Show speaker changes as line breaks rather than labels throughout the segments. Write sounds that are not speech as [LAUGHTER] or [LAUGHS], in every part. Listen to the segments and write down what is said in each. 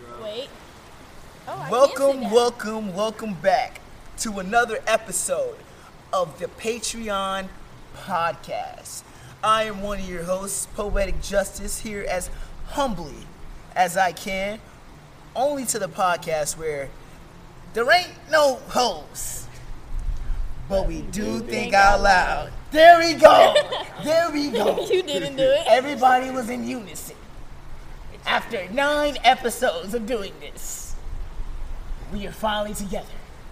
Oh,
Welcome, welcome, welcome back to another episode of the Patreon podcast. I am one of your hosts, Poetic Justice, here as humbly as I can, only to the podcast where there ain't no hoes, but we do think out loud. There we [LAUGHS] go. There we go.
[LAUGHS] You didn't do it.
Everybody was in unison. After nine episodes of doing this, we are finally together.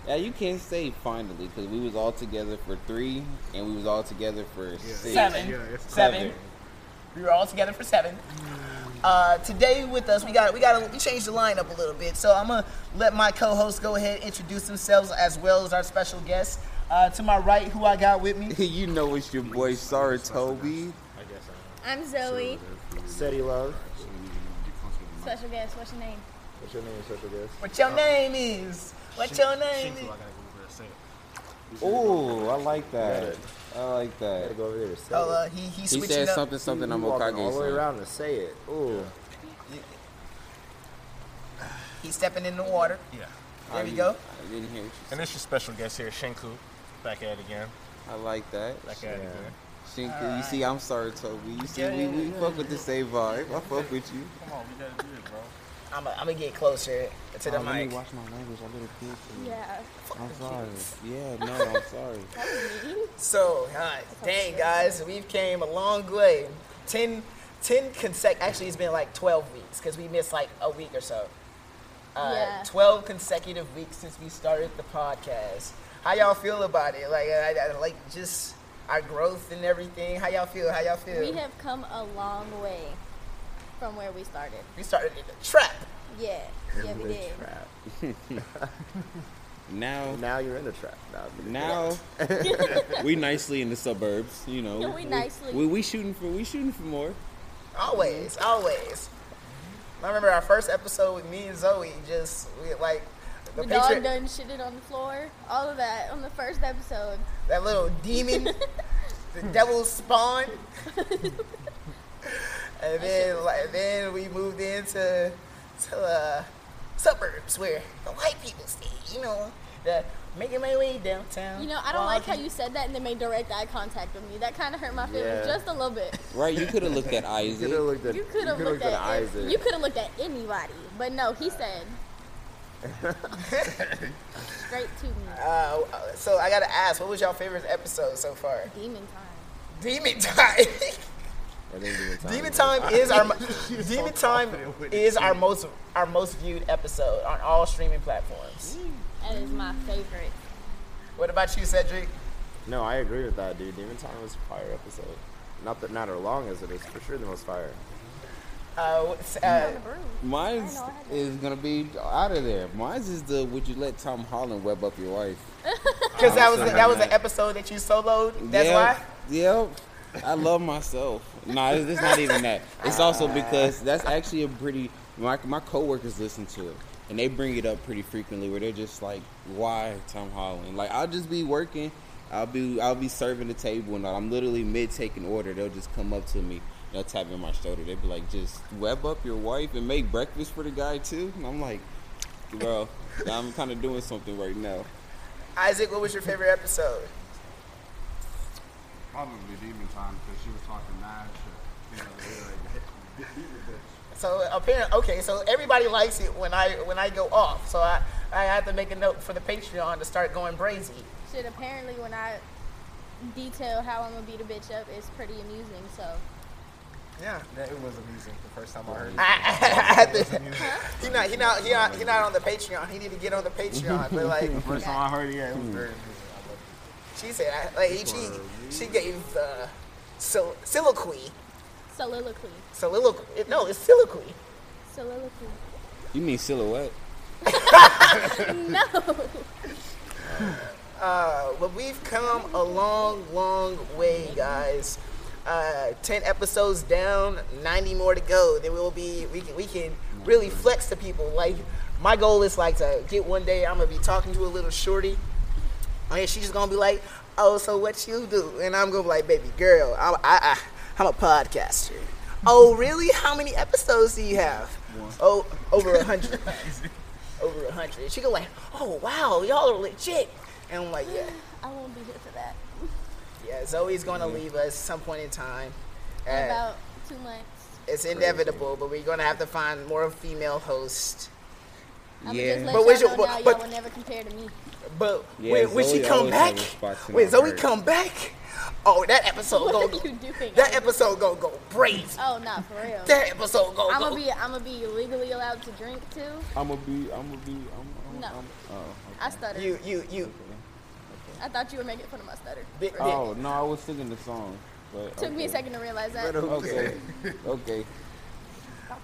Yeah, you can't say finally because we was all together for three, and we was all together for six.
Seven.
yeah, it's
seven. We were all together for seven. Uh, today with us, we got we got we changed the lineup a little bit. So I'm gonna let my co-hosts go ahead and introduce themselves as well as our special guest. Uh, to my right, who I got with me.
[LAUGHS] you know it's your boy Saratobi.
I guess
I'm Zoe.
City Love.
Special guest, what's your name?
What's your name, special guest?
What
Uh,
your name is? What your name is?
Oh, I like that. I like
I gotta
that.
go over there to say
Oh, uh,
it.
he he
He
switching
said
up.
something, something. I'm
You walking all the way
Okage.
around to say it. Ooh,
He's stepping in the water.
Yeah.
There we go.
I didn't hear what you
And
said.
it's your special guest here, Shinku. Back at it again.
I like that.
Back at it
Yeah.
again.
Shinku, you see, I'm Saratobi. You see, we, we fuck with the same vibe. I fuck with you.
Come on, we gotta do it, bro.
I'm gonna get closer to
Oh,
the mic.
my language. I little kid.
Yeah.
I'm sorry. Yeah, no, I'm sorry.
So, uh, dang guys, we've came a long way. 10, 10 consec- actually it's been like 12 weeks because we missed like a week or so. Uh,
Yeah.
12 consecutive weeks since we started the podcast. How y'all feel about it? Like, I, I, like just our growth and everything. How y'all feel? How y'all feel?
We have come a long way from where we started.
We started in the trap.
Yeah. Yeah, we
you're in
did.
the trap.
Now,
Now you're in the trap. Now, you're in the
[LAUGHS]
now, we nicely in the suburbs. You know,
We nicely.
We, we shooting for we shooting for more.
Always,
Mm-hmm.
always. I remember our first episode with me and Zoe. Just we, like the
The dog
picture,
done shitted on the floor. All of that on the first episode.
that little demon,
[LAUGHS]
the devil's spawn. and then, like, then we moved into to uh, suburbs where the white people stay. You know, the making my way downtown.
You know, I don't like how
walking.
you said that and then made direct eye contact with me. That kind of hurt my feelings
Yeah.
just a little bit.
Right? You could have
[LAUGHS]
looked at
You could
Isaac.
have looked at.
You could have
coulda
looked,
at
at
Isaac.
you could have looked at anybody, but no, he
[LAUGHS]
said straight to me.
Uh, so I gotta ask, what was y'all favorite episode so far?
Demon time.
Demon time. [LAUGHS]
And then demon time.
Demon Time is our Demon Time is our most our most viewed episode on all streaming platforms.
That is my favorite.
What about you, Cedric?
No, I agree with that, dude. Demon time was a fire episode. Not that not as long as it is, for sure the most fire.
Uh, what's- uh,
I
Mine
know, I had that.
is gonna be out of there. Mine's is the would you let Tom Holland web up your wife?
Cause that was the, that was the episode that you soloed. That's
Yep,
why.
Yep. I love myself. Nah, it's, it's not even that. It's also because that's actually a pretty. My my coworkers listen to it, and they bring it up pretty frequently. Where they're just like, "Why Tom Holland?" Like I'll just be working. I'll be I'll be serving the table, and I'm literally mid taking order. They'll just come up to me. They'll tap in my shoulder. They'll be like, "Just web up your wife and make breakfast for the guy too." And I'm like, "Bro, I'm kind of doing something right now."
Isaac, what was your favorite episode?
Probably demon time because she was talking mad shit. You know, they like,
So apparently, okay. So everybody likes it when I when I go off. So I I have to make a note for the Patreon to start going brazy.
Shit, apparently when I detail how I'm gonna beat a bitch up, it's pretty amusing. So
Yeah.
Yeah, it was amusing the first time I heard
I, [LAUGHS] I, I had to. He not he not he not he not on the Patreon. He need to get on the Patreon. But like.
it. First time I heard it, yeah, it was very amusing. I loved it.
She said, I, like, she, she gave uh, so, soliloquy.
soliloquy,
Soliloquy. No, it's soliloquy.
soliloquy.
You mean silhouette?
no,
Uh, but we've come a long, long way, guys. Uh, 10 episodes down, 90 more to go. Then we'll be, we can, we can really flex to people. Like, my goal is like to get one day, I'm going to be talking to a little shorty. And she's just gonna be like, "Oh, so what you do?" And I'm gonna be like, "Baby girl, I'm I, I, I'm a podcaster." oh, really? How many episodes do you have? Oh, over a hundred. over a hundred. She go like, oh wow, y'all are legit. And I'm like, yeah,
I won't be here for that.
yeah. Zoe's gonna leave us some point in time.
In
Uh,
about two months.
it's inevitable, but we're gonna have to find more female hosts.
I'm
Yeah.
just let
But
y'all
where's
know
your-
now
but-
y'all will never compare
[LAUGHS]
to me.
But
Yeah,
when, when she
Zoe
come
always have
back,
a spot to
when
not
Zoe
hurt.
come back, oh that episode
What
go
are you doing?
that episode go go crazy.
Oh, not for real.
That episode go
I'm
go.
gonna be I'm gonna be legally allowed to drink too.
I'm gonna be. I'm gonna be. I'm, I'm,
No.
I'm, oh,
I stutter.
you you you.
I thought you were making fun of my stutter.
bi- bi-
oh no, I was singing the song. But,
Took me a
okay.
second to realize that.
Okay. okay.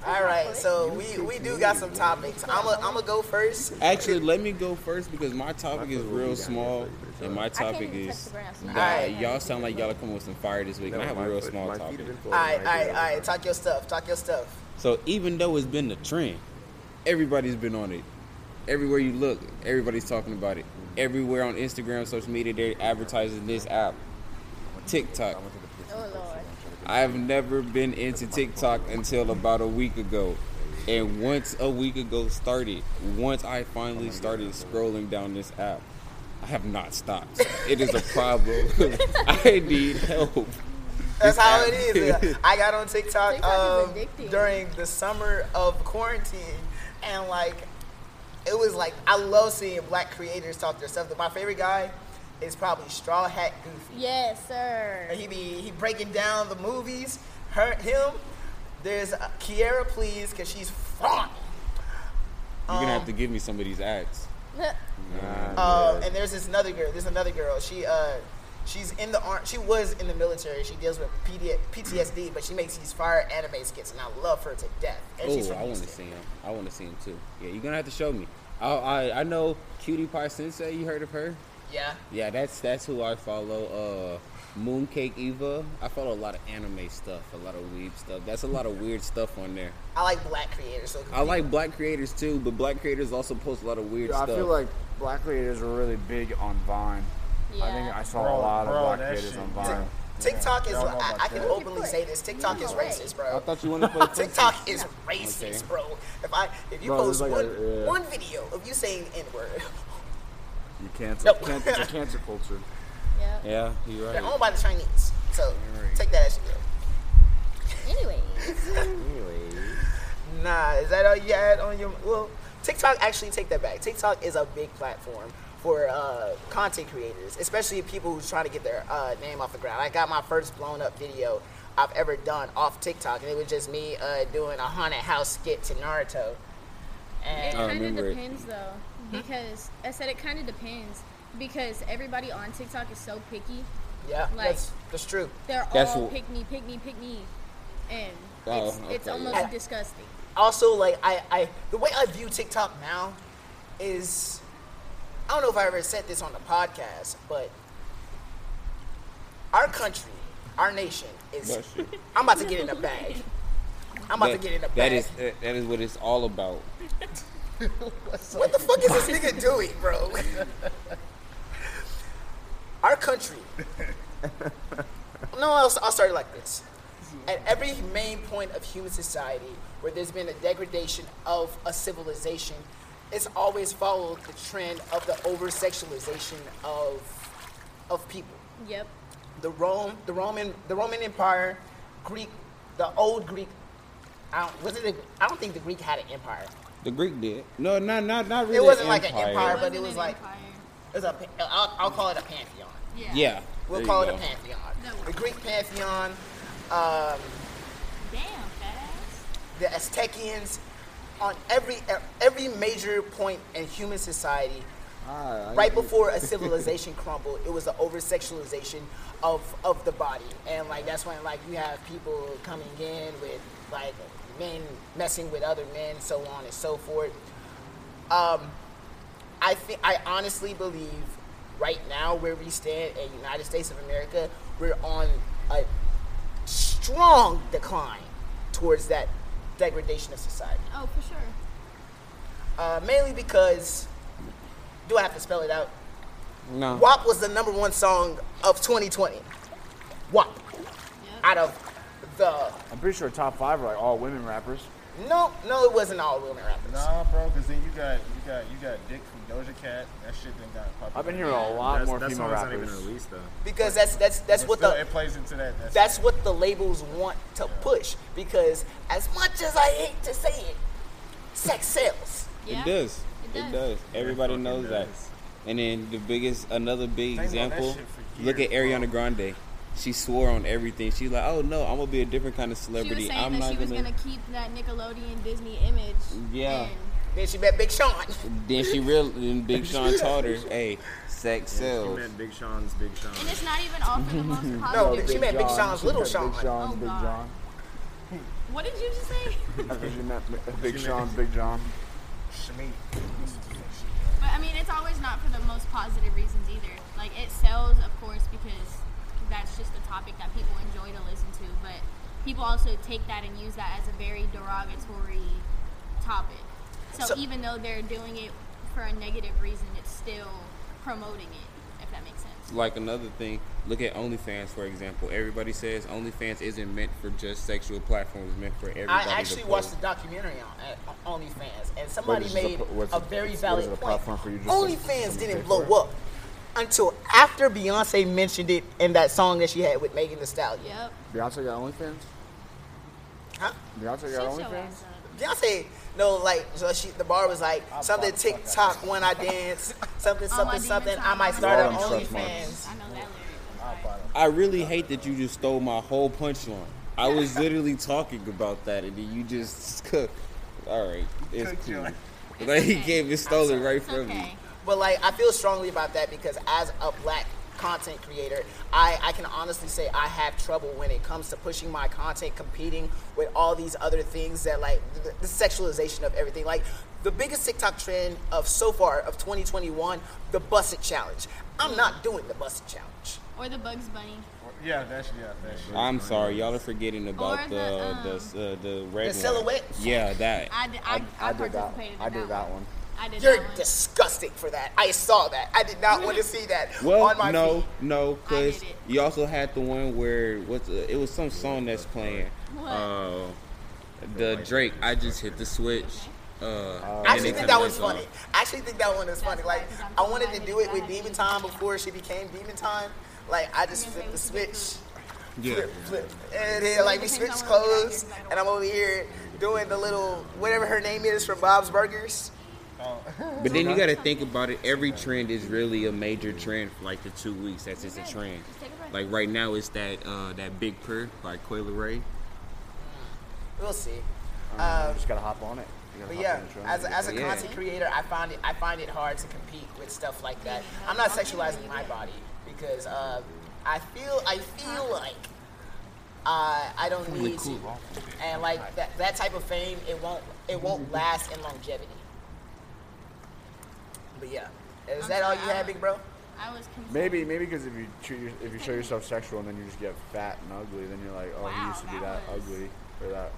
All right, so we we do got some topics. I'm gonna I'm gonna go first.
Actually, let me go first because my topic is real small, and my
can't
topic
even touch
is
the ground, so-
nah.
Alright.
Y'all sound like y'all are coming with some fire this week, and I have a real small topic.
All right, all right, all right. Talk your stuff. Talk your stuff.
So even though it's been the trend, everybody's been on it. Everywhere you look, everybody's talking about it. Everywhere on Instagram, social media, they're advertising this app, TikTok.
Oh lord.
I've never been into TikTok until about a week ago. And once a week ago started, once I finally started scrolling down this app, I have not stopped. It is a problem. [LAUGHS] I need help.
That's
This
how
app-
it is. I got on TikTok,
TikTok is
um,
addicting.
during the summer of quarantine, and like, it was like I love seeing black creators talk their stuff. My favorite guy is probably Straw Hat Goofy.
Yes, sir.
[LAUGHS] And He be he breaking down the movies. Her him. There's uh, Kiara, please, because she's fine.
You're gonna have to give me some of these ads.
Um, and there's this another girl. There's another girl. She uh, she's in the arm. She was in the military. She deals with PD- PTSD, but she makes these fire anime skits, and I love her to death. And she's
Oh,
from
I want to
Houston.
see him. I want to see him too. Yeah, you're gonna have to show me. I, I I know Cutie Pie Sensei. You heard of her?
Yeah.
Yeah, that's that's who I follow. Uh, Mooncake Eva. I follow a lot of anime stuff, a lot of weeb stuff. That's a lot of weird stuff on there.
I like black creators. So
I like black creators too, but black creators also post a lot of weird
I
stuff.
feel like black creators are really big on Vine. I think
Yeah.
I saw
Bro,
a lot
bro,
of black
that
creators
shit-
on Vine.
TikTok is.
Yeah, I don't know
I,
about
I can
that.
openly say this. TikTok is
No way.
racist,
I
bro.
thought you wanted to play
TikTok is racist,
Okay.
bro. If I if you
Bro,
post
it's like
one,
a- yeah.
one video of you saying N word, [LAUGHS]
You cancel.
No.
can it's a cancer culture.
Yep.
[LAUGHS] Yeah, you're
they're
right.
owned by the Chinese. So take that as you will.
Anyway,
Nah, is that all you had on your? Well, TikTok actually take that back. TikTok is a big platform for uh, content creators, especially people who's trying to get their uh, name off the ground. I got my first blown up video I've ever done off TikTok, and it was just me uh, doing a haunted house skit to Naruto.
it
And
I
kind of
remember it.
depends though, because I said it kind of depends because everybody on TikTok is so picky.
yeah,
Like-
that's that's true.
They're
That's
all
what-
pick me, pick me, pick me, and
Oh,
it's, it's
okay,
almost
yeah.
disgusting.
also like I, I the way I view TikTok now is I don't know if I ever said this on the podcast, but our country, our nation is
Bless you.
I'm about to get in a bag. I'm about
That-
to get in a
that
bag.
is that that is what it's all about.
what the fuck is this nigga doing, bro? Our country. No, I'll, I'll start it like this. At every main point of human society where there's been a degradation of a civilization, it's always followed the trend of the over sexualization of, of people
Yep.
the Rome, the Roman, the Roman Empire, Greek, the old Greek. I don't, was it? A, I don't think the Greek had an empire.
The Greek did. No, not not not really.
wasn't like an empire.
Wasn't
but it was
an
like-
empire.
It's a. pa- I'll, I'll call it a pantheon.
Yeah.
Yeah.
We'll
there you
call it
go.
a pantheon.
That works.
The Greek pantheon, um,
Damn, fast.
the Aztecians, on every e, every major point in human society,
Ah, I-
right before
[LAUGHS]
a civilization crumbled, it was the over sexualization of of the body, and like that's when like you have people coming in with like men messing with other men, so on and so forth. Um, I think I honestly believe right now where we stand in United States of America, we're on a strong decline towards that degradation of society.
Oh, for sure.
Uh, mainly because, do I have to spell it out?
no.
WAP was the number one song of 2020. WAP.
Yep.
Out of the.
I'm pretty sure top five are like all women rappers.
No, no, it wasn't all Wilmer Rappers.
Nah, bro, because then you got you got you got Dick from Doja Cat. That shit then got popular.
I've been hearing a lot
That's,
more
that's
female
why it's not even
rappers.
released though.
Because that's that's that's
But
what
still,
the
it plays into that. That's,
that's what the labels want to push. Because as much as I hate to say it, sex sells.
Yeah.
It does.
It
It
does.
does. Everybody
fucking
knows that.
does.
And then the biggest, another big
They've known that
example.
shit for
Look at
years,
Ariana Grande. She swore on everything. She's like, "Oh no, I'm gonna be a different kind of
She was
celebrity.
saying
I'm
that
not
she was
gonna."
gonna keep that Nickelodeon Disney image.
Yeah.
and
Then she met Big Sean.
Then she real. Then Big Sean taught her, "Hey, sex
You
sells."
meant Big Sean's Big Sean.
And it's not even all for the
[LAUGHS]
most
No,
popular.
she meant Big
John,
Sean's
she
Little
said
Sean.
Big Sean's
Oh,
Big
God.
John.
What did you just say?
I think you meant Big Sean's Big John.
Shmi.
But I mean, it's always not for the most positive reasons either. Like it sells, of course, because that's just a topic that people enjoy to listen to. But people also take that and use that as a very derogatory topic. So,
So-
even though they're doing it for a negative reason, it's still promoting it. If that makes sense.
Like another thing, look at OnlyFans for example. Everybody says OnlyFans isn't meant for just sexual platforms. It's meant for everybody.
I
to
actually
post.
watched the documentary on uh, OnlyFans, and somebody
it's just a
made
pl- what's
a,
it-
very
what is
valid
it, a
point.
platform for you just to-
OnlyFans
to
didn't
pay
blow
for it?
up until after Beyonce mentioned it in that song that she had with Megan Thee Stallion.
Yep.
Beyonce got OnlyFans?
Huh?
Beyonce
Sit
got
your
OnlyFans?
ass up.
Beyonce, no, like so she, the bar was like something
fuck- fuck
TikTok when I dance, something
All my
something something.
demons
I might
hide
start
my
an
mouth. Lord, I'm sorry.
OnlyFans.
I know that lyric.
I'll
I'm
buy
sorry.
them.
I really hate that you just stole my whole punchline. I was literally talking about that, and then you just [LAUGHS] cook. All right, it's
Cooked
cool.
your-
Like he gave it stolen right
It's
from me.
okay.
But like I feel strongly about that because as a black content creator, I, I can honestly say I have trouble when it comes to pushing my content, competing with all these other things that like the, the sexualization of everything. Like the biggest TikTok trend of so far of 2021, the busset challenge. I'm not doing the busset challenge.
Or the Bugs Bunny.
Yeah, that's yeah, that's shit.
I'm sorry, y'all are forgetting about
Or the, um,
the the uh, the red
The silhouette?
One. Yeah, that.
I, d- I, I,
I did that.
participated in
I did that one.
I did
You're
that one.
disgusting for that. I saw that. I did not want to see that
Well,
on my
no,
feed.
no, because
did it.
you also had the one where what's uh, it was some song that's playing.
What?
Uh, the Drake. I just hit the switch. Uh,
I
and
Oh. actually think
it kinda
that was
went
funny.
on.
I actually think that one was funny. Like I wanted to do it with Demon Time before she became Demon Time. Like I just flipped the switch, [LAUGHS] flip, flip, and then like we switched clothes, and I'm over here doing the little whatever her name is from Bob's Burgers.
But then you got to think about it. Every trend is really a major trend. For like the two weeks, that's just a trend. Like right now, it's that uh, that Big Purr by Coil Ray.
We'll see.
Um, just gotta hop on it. You
But
gotta hop
yeah,
on the trend.
as a, as a
Yeah.
content creator, I find it I find it hard to compete with stuff like that. I'm not sexualizing my body because uh, I feel I feel like uh, I I don't need to, and like that, that type of fame it won't it won't last in longevity. But yeah, is that all you have, big bro?
I was confused.
Maybe, maybe because if you treat your, if you show yourself sexual and then you just get fat and ugly, then you're like, oh,
Wow,
you used to be
that
that
was-
ugly or that.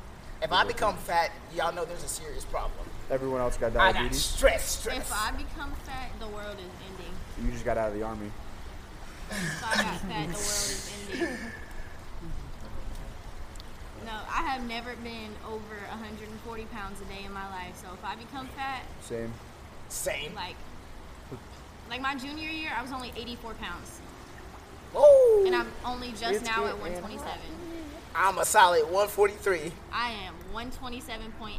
If I become fat, y'all know there's a serious problem.
Everyone else got
I got
diabetes.
stress, stress.
If I become fat, the world is ending.
You just got out of the army.
If I got fat, the world is ending. No, I have never been over 140 pounds a day in my life. So if I become fat,
[LAUGHS]
Same.
Same.
like, like my junior year, I was only 84 pounds,
Oh,
and I'm only just now at 127.
I'm a solid 143.
I am 127.8.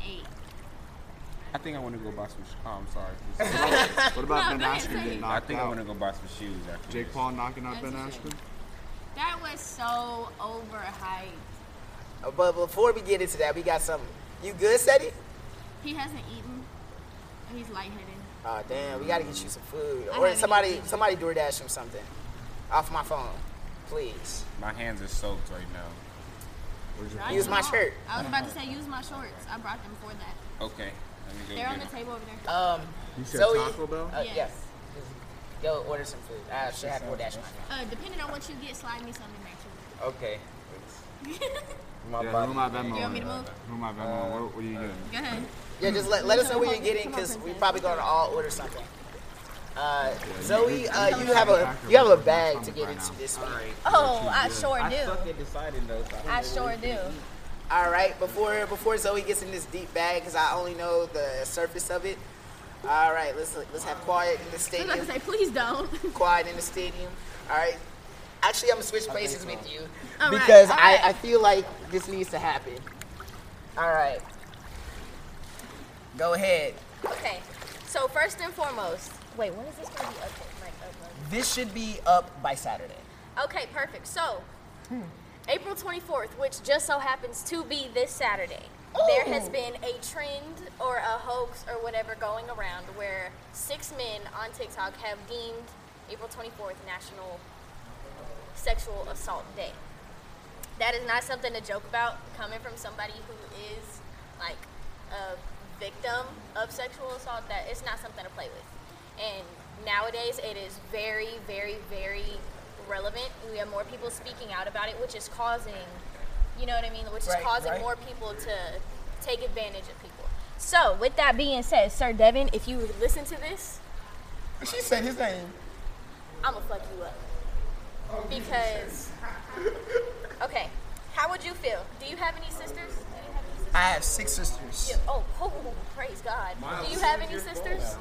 I think I want to go buy some. Oh, I'm
[LAUGHS]
sorry.
What
No,
about
go
Ben
ahead,
Askren
say it.
getting
I
knocked
think I
out?
want to go buy some shoes after
Jake
this.
Paul knocking out Ben
That's
Askren.
That was so overhyped.
But before we get into that, we got something. You good, Seti?
He hasn't eaten, and he's lightheaded.
Oh damn, we gotta get you some food.
I
Or
haven't
somebody
eaten.
somebody door dash him something. Off my phone. Please.
My hands are soaked right now.
Right
Use my
now.
shirt.
I was about to say use my shorts. I brought them for that.
Okay, let me go
They're on the
get 'em.
table over there.
Um
You said
Zoe?
Taco Bell.
uh, yeah.
Uh, Yes.
Go order some food. I should have door dash my phone.
Uh, depending on what you get, slide me something back to
Okay.
My
Yeah,
body-
who am I Venmo?
You want me to move?
Who am I Venmo? What, what are you
Uh,
getting?
Go ahead.
Yeah, just let, let us know what you're getting
Come on,
because we
princess.
probably gonna all order something. Uh, Zoe, uh, you have a you have a bag to get into this week.
Oh, I sure do.
decided though. So
I sure do.
All right, before before Zoe gets in this deep bag, because I only know the surface of it. All right, let's let's have quiet in
I
the
was about to
stadium.
say, please don't.
Quiet in the stadium. All right. Actually, I'm gonna switch places with you
All right,
because
all
I,
right.
I feel like this needs to happen. All right. Go ahead.
Okay, so first and foremost, wait, when is this gonna be updated? Like uploaded?
This should be up by Saturday.
Okay, perfect. So, April 24th, which just so happens to be this Saturday, there has been a trend or a hoax or whatever going around where six men on TikTok have deemed April 24th National Sexual Assault Day. That is not something to joke about coming from somebody who is like a victim of sexual assault that it's not something to play with. And nowadays it is very very very relevant. We have more people speaking out about it which is causing you know what I mean, which is
Right,
causing
right.
more people to take advantage of people. So, with that being said, Sir Devin, if you listen to this,
She said his name.
I'm gonna fuck you up. Because, okay, how would you feel? Do you have any sisters? Do you have any sisters?
I have six sisters.
Yeah, Oh, oh, praise God. Do you have any sisters?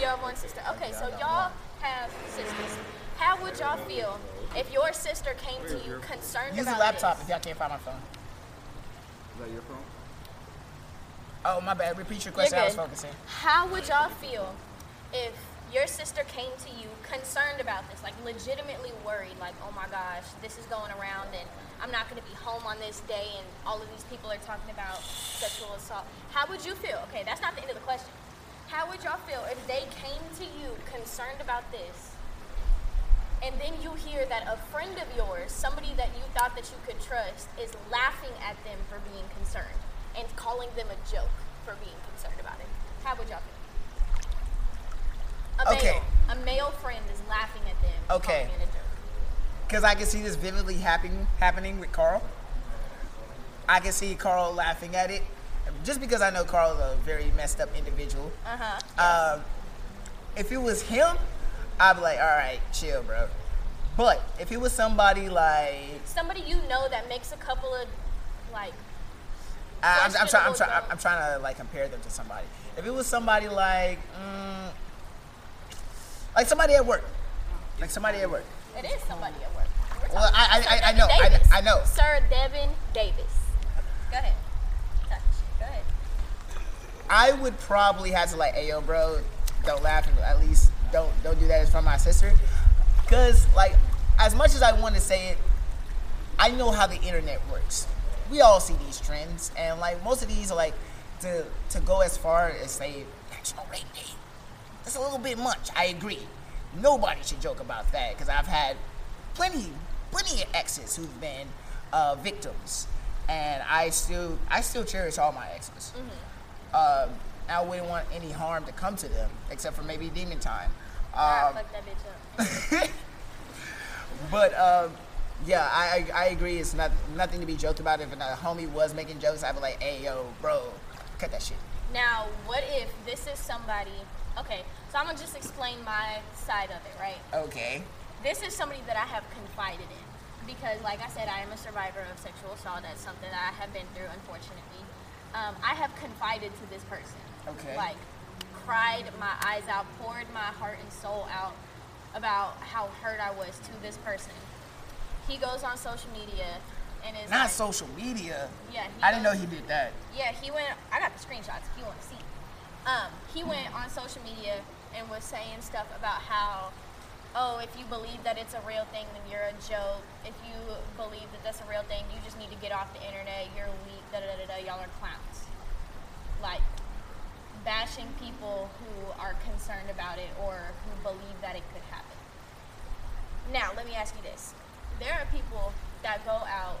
You have one sister. Okay, so y'all have sisters. How would y'all feel if your sister came to you concerned
Use the
about
laptop
this?
if y'all can't find my phone.
Is that your phone?
Oh, my bad. Repeat your question. I was
good.
focusing.
How would y'all feel if your sister came to you concerned about this, like legitimately worried, like, oh my gosh, this is going around and I'm not going to be home on this day and all of these people are talking about sexual assault? How would you feel? Okay, that's not the end of the question. How would y'all feel if they came to you concerned about this and then you hear that a friend of yours, somebody that you thought that you could trust, is laughing at them for being concerned and calling them a joke for being concerned about it. How would y'all feel? A
Okay.
male, a male friend is laughing at them.
Okay.
Calling it a joke.
Because I can see this vividly happen, happening with Carl. I can see Carl laughing at it. Just because I know Carl's a very messed up individual.
Uh-huh.
Um, if it was him, I'd be like, all right, chill, bro. But if it was somebody like.
Somebody you know that makes a couple of like.
I- I'm, I'm, trying, I'm,
Questionable
trying,
jokes.
I'm trying to like compare them to somebody. If it was somebody like. Mm, like somebody at work. Like somebody at work.
It is somebody at work. We're
Well,
talking
I-
about
I- I-
Sir
I
Devin
know, I-
Davis.
I know.
Sir Devin Davis. Go ahead. Touch. Go ahead.
I would probably have to like, hey yo, bro, don't laugh. At least don't don't do that in front of my sister, because like, as much as I want to say it, I know how the internet works. We all see these trends, and like most of these are like to to go as far as say National Rape Day. That's a little bit much. I agree. Nobody should joke about that because I've had plenty plenty of exes who've been uh, victims, and I still I still cherish all my exes um, I wouldn't want any harm to come to them, except for maybe demon time.
Ah,
Um,
fuck that bitch up.
but um, yeah, I, I I agree. It's not nothing to be joked about. If a homie was making jokes, I'd be like, "Hey, yo, bro, cut that shit."
Now, what if this is somebody? Okay, so I'm gonna just explain my side of it, right?
Okay.
This is somebody that I have confided in because, like I said, I am a survivor of sexual assault. That's something that I have been through, unfortunately. Um, I have confided to this person.
Okay.
Like, cried my eyes out, poured my heart and soul out about how hurt I was to this person. He goes on social media and is
Not
like,
social media.
Yeah, he
I didn't know
goes-
he did that.
yeah, he went. I got the screenshots if you want to see. Um, he went on social media and was saying stuff about how, oh, if you believe that it's a real thing, then you're a joke. If you believe that that's a real thing, you just need to get off the internet. You're weak. Da da da da. da, Y'all are clowns. Like bashing people who are concerned about it or who believe that it could happen. Now, let me ask you this. There are people that go out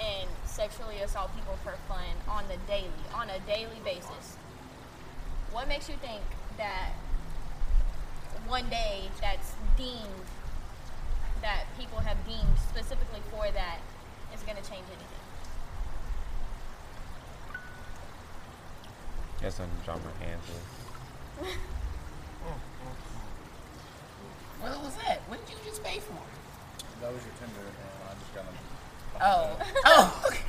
and sexually assault people for fun on the daily, on a daily basis. What makes you think that one day that's deemed, that people have deemed specifically for that, is going to change anything?
Yes, I'm drop my hands.
What was that? What did you just pay for?
uh,
[LAUGHS]
That was your Tinder, and I just got them.
Oh. oh.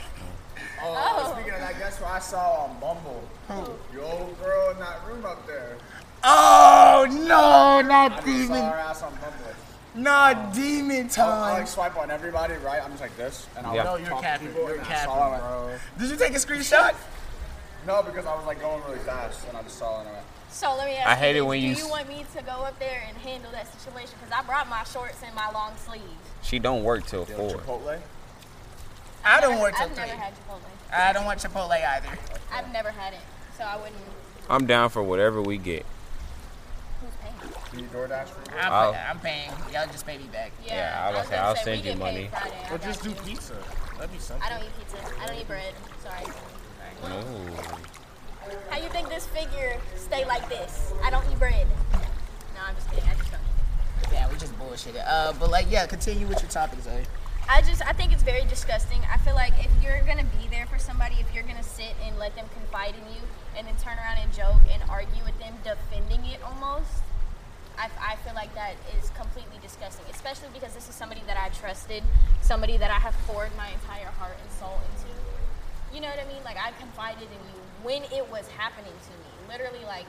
Oh,
I saw on Bumble. Your old girl in that room up there.
Oh no,
I
not
just saw her
demon,
ass on Bumble.
not demon
I, I
Um,
time.
like swipe on everybody, right? I'm just like this, and I
Yeah.
was
No, you're
talking
capping,
to people,
you're
and I
capping,
saw her, bro.
Did you take a screenshot?
No, because I was like going really fast, and I just saw her. And I went,
So let me ask
I
you
hate it
this.
when
Do
you
you
s-
want me to go up there and handle that situation? Because I brought my shorts and my long sleeves.
She don't work till
Yo,
four.
Chipotle.
I don't
I've-
want
I've
Chipotle.
never had Chipotle.
I don't want Chipotle either.
I've never had it, so I wouldn't.
I'm down for whatever we get.
Who's paying?
Do you DoorDash for it?
I'm,
I'll-
I'm paying. Y'all just pay me back.
Yeah, I
gonna
was gonna say, I'll
we
send
get
you
paid
money.
Friday. I
Or
got
just do
you.
pizza. That'd be
I
something.
don't eat pizza. I don't eat bread. Sorry.
Ooh.
How you think this figure stay like this? I don't eat bread. No, I'm just kidding. I just don't. eat it.
Yeah, we just bullshitted. Uh, but like, yeah, continue with your topic, Zoe.
I just I think it's very disgusting. I feel like if you're gonna be there for somebody, if you're gonna sit and let them confide in you, and then turn around and joke and argue with them, defending it almost, I, I feel like that is completely disgusting. Especially because this is somebody that I trusted, somebody that I have poured my entire heart and soul into. You know what I mean? Like I confided in you when it was happening to me. Literally, like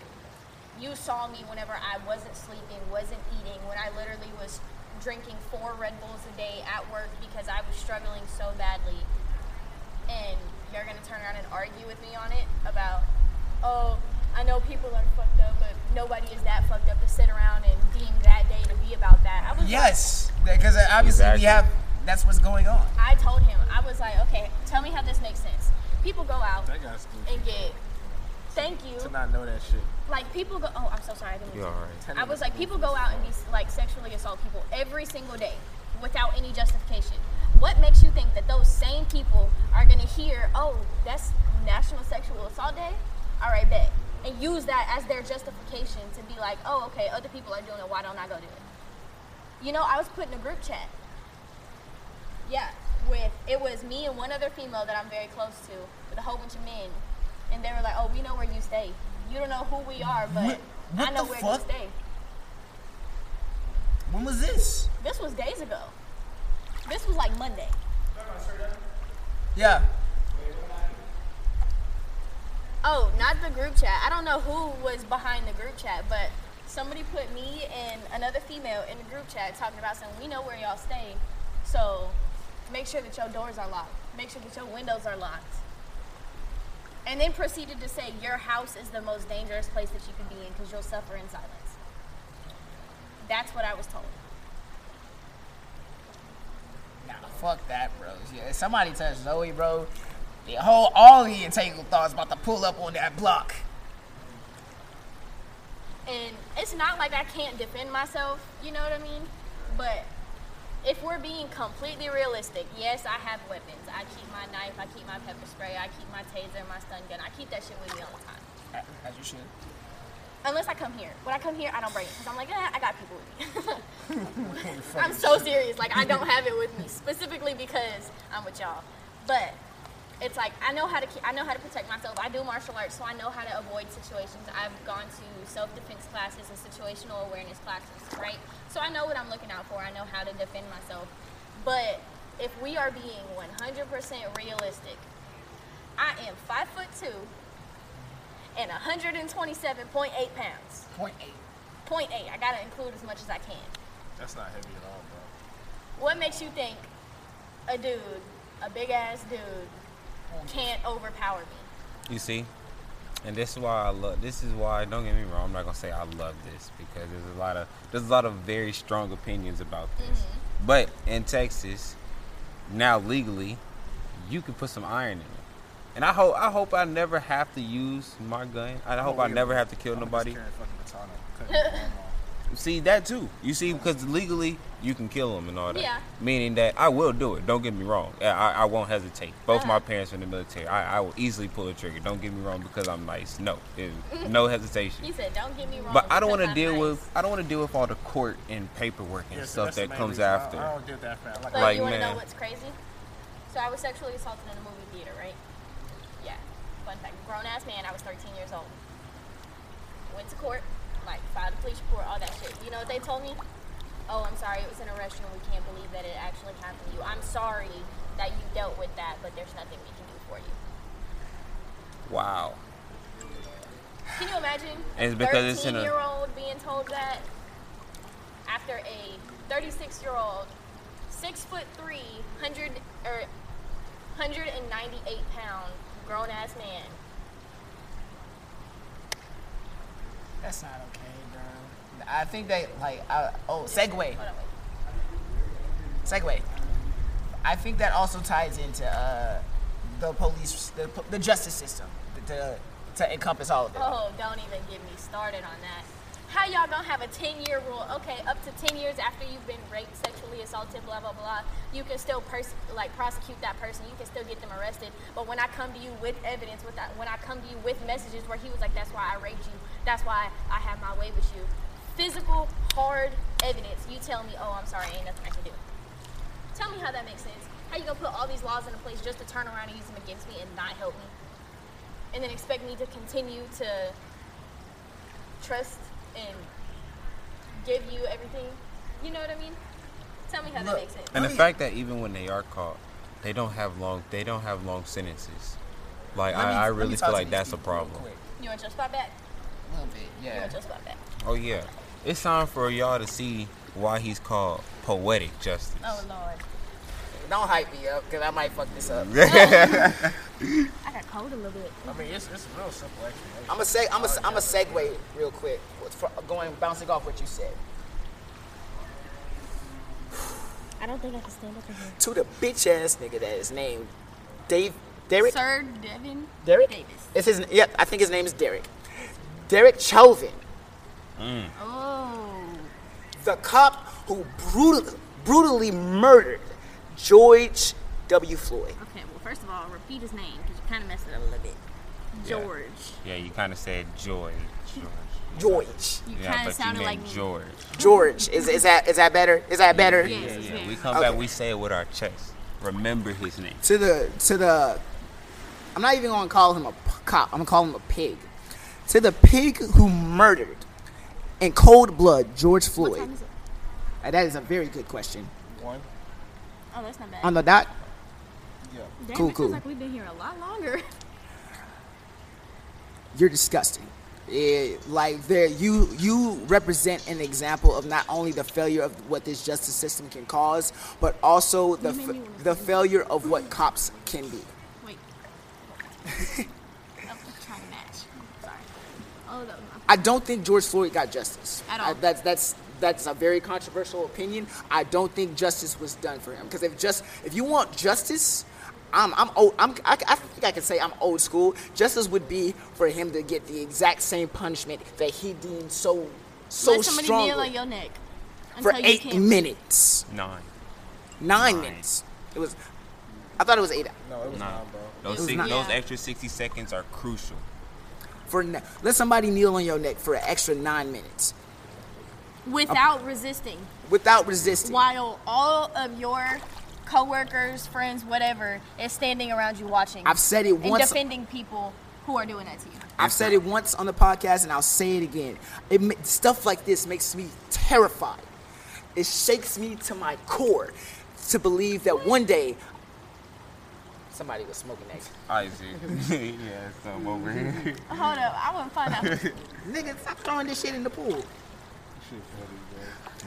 you saw me whenever I wasn't sleeping, wasn't eating, when I literally was drinking four Red Bulls a day at work because I was struggling so badly. And you're gonna turn around and argue with me on it about, oh, I know people are fucked up, but nobody is that fucked up to sit around and deem that day to be about that. I was like,
Yes, because obviously
Exactly.
we have. That's what's going on.
I told him, I was like, okay, tell me how this makes sense. People go out
That guy's stupid.
and get, thank you.
To not know that shit.
Like people go, oh, I'm so sorry. I didn't mean
You
to-
alright?
I was like, people go out and be like sexually assault people every single day without any justification. What makes you think that those same people are gonna hear, oh, that's National Sexual Assault Day? All right, bet. And use that as their justification to be like, oh, okay, other people are doing it. Why don't I go do it? You know, I was put in a group chat. Yeah, with it was me and one other female that I'm very close to, with a whole bunch of men, and they were like, oh, we know where you stay. You don't know who we are, but
What- what
I know
the
where
fuck?
you stay.
When was this?
This was days ago. This was like Monday.
Yeah.
Oh, not the group chat. I don't know who was behind the group chat, but somebody put me and another female in the group chat talking about saying, We know where y'all stay, so make sure that your doors are locked. Make sure that your windows are locked. And then proceeded to say, Your house is the most dangerous place that you can be in because you'll suffer in silence. That's what I was told.
Nah, fuck that, bro. Yeah, if somebody touched Zoe, bro. The whole all the entangled thoughts about to pull up on that block.
and it's not like I can't defend myself, you know what I mean? But if we're being completely realistic, yes, I have weapons. I keep my knife, I keep my pepper spray, I keep my taser, my stun gun. I keep that shit with me all the time.
As you should.
Unless I come here. When I come here, I don't bring it because I'm like, eh, I got people with me. I'm so serious. Like, I don't have it with me specifically because I'm with y'all. But it's like I know how to keep, I know how to protect myself. I do martial arts, so I know how to avoid situations. I've gone to self defense classes and situational awareness classes, right? So I know what I'm looking out for. I know how to defend myself. But if we are being 100% realistic, I am five foot two and 127.8 pounds.
Point eight.
Point eight. I gotta include as much as I can.
That's not heavy at all, bro.
What makes you think a dude, a big ass dude, can't overpower me?
You see? And this is why I love. This is why. Don't get me wrong. I'm not gonna say I love this because there's a lot of there's a lot of very strong opinions about this. But in Texas, now legally, you can put some iron in it. And I hope I hope I never have to use my gun. I hope I never have to kill
I'm just
nobody.
carrying a fucking katana. Couldn't get one off.
See that too. You see, because legally you can kill them and all that.
Yeah.
Meaning that I will do it. Don't get me wrong. I, I, I won't hesitate. Both
Uh-huh.
my parents are in the military. I, I will easily pull a trigger. Don't get me wrong because I'm nice. No, it-
[LAUGHS]
no
He
hesitation.
said, "Don't get me wrong."
But I don't want
because
to
I'm
deal
nice."
with I don't want to deal with all the court and paperwork and
Yeah, see,
stuff
that's the
that
main
comes
reason I-
after.
I don't get that fat. Like,
But
like,
you wanna
man.
know what's crazy? So I was sexually assaulted in a movie theater, right? Yeah. Fun fact: grown ass man. I was 13 years old. Went to court, like filed a police report, all that shit. You know what they told me? Oh, I'm sorry, it was in a restroom. We can't believe that it actually happened to you. I'm sorry that you dealt with that, but there's nothing we can do for you.
Wow.
Can you imagine
It's
a
because it's in a-
13-year-old being told that after a 36-year-old, six foot three, hundred er, or 198 pound grown ass man?
That's not okay, bro. I think they like. I, oh, segue,
Hold on, wait.
segue. I think that also ties into uh, the police, the, po- the justice system, the, the, to encompass all of it.
Oh, don't even get me started on that. How y'all gonna have a 10-year rule? Okay, up to 10 years after you've been raped, sexually assaulted, blah blah blah, you can still pers- like prosecute that person. You can still get them arrested. But when I come to you with evidence, with that, when I come to you with messages where he was like, "That's why I raped you. That's why I have my way with you," physical, hard evidence. You tell me, "Oh, I'm sorry, ain't nothing I can do." Tell me how that makes sense. How you gonna put all these laws into place just to turn around and use them against me and not help me? and then expect me to continue to trust and give you everything. You know what I mean? Tell me how that
Look,
makes sense.
And the
me-
fact that even when they are caught, they don't have long they don't have long sentences. Like
Let me-
I, I
let me
really
talk
feel
to
like
these
that's a
people real
problem.
quick.
You want your spot back?
A little bit,
You
yeah.
want your spot back?
Oh yeah. It's time for y'all to see why he's called poetic justice.
Oh lord,
Don't hype me up, cause I might fuck this up.
I got cold a little bit.
I mean, it's, it's real simple, actually.
I'm a seg. I'm a. I'm a segue real quick. What's fro- Going bouncing off what you said.
I don't think I can stand up in here.
To the bitch ass nigga that is named Dave Derek.
Sir Devin
Derek.
Davis.
It's his. Yep. I think his name is Derek. Derek Chauvin,
Oh,
the cop who brutally brutally murdered George W. Floyd.
okay. Well, first of all, repeat his name because you kind of messed it up a little bit. George.
Yeah, you kinda said George.
George.
You
Yeah,
kind
but
of sounded
you
like
meant
me.
George.
George. Is is that is that better? Is that better?
Yeah. Yes,
Yeah,
it's
yeah.
him.
We come back, we say it with our chest. Remember his name.
to the to the I'm not even gonna call him a p- cop. I'm gonna call him a pig. To the pig who murdered in cold blood George Floyd.
What time is it?
Uh, that is a very good question.
One.
Oh, that's not bad.
On the dot,
Yeah.
Damn,
cool,
it feels
cool.
like we've been here a lot longer. [LAUGHS]
you're disgusting. Yeah, like there, you you represent an example of not only the failure of what this justice system can cause, but also the
made
f-
me wanna
the
say-
failure of what cops can be.
[LAUGHS] Wait. I'm trying to match. Sorry. Oh, that was my
I don't think George Floyd got justice.
At all.
I, that's that's that's a very controversial opinion. I don't think justice was done for him because if just if you want justice, I'm I'm old. I'm I, I think I can say I'm old school. Justice would be for him to get the exact same punishment that he deemed so so
Let somebody
strong
kneel on your neck
for
until
eight
you can't.
minutes,
Nine.
nine,
Nine.
minutes. It was. I thought it was eight
No, it was
Nah.
nine, bro.
Those
was
six,
not-
those
Yeah.
extra sixty seconds are crucial.
for. Na- let somebody kneel on your neck for an extra nine minutes
without resisting,
without resisting.
while all of your coworkers, friends, whatever, is standing around you watching
I've said it
and
once.
defending people who are doing that to you.
I've said it once on the podcast, and I'll say it again. It ma- stuff like this makes me terrified. It shakes me to my core to believe that one day somebody was smoking that.
Isaac. [LAUGHS] yeah, so I'm over here.
Hold up, I wouldn't find out.
Nigga, stop throwing this shit in the pool.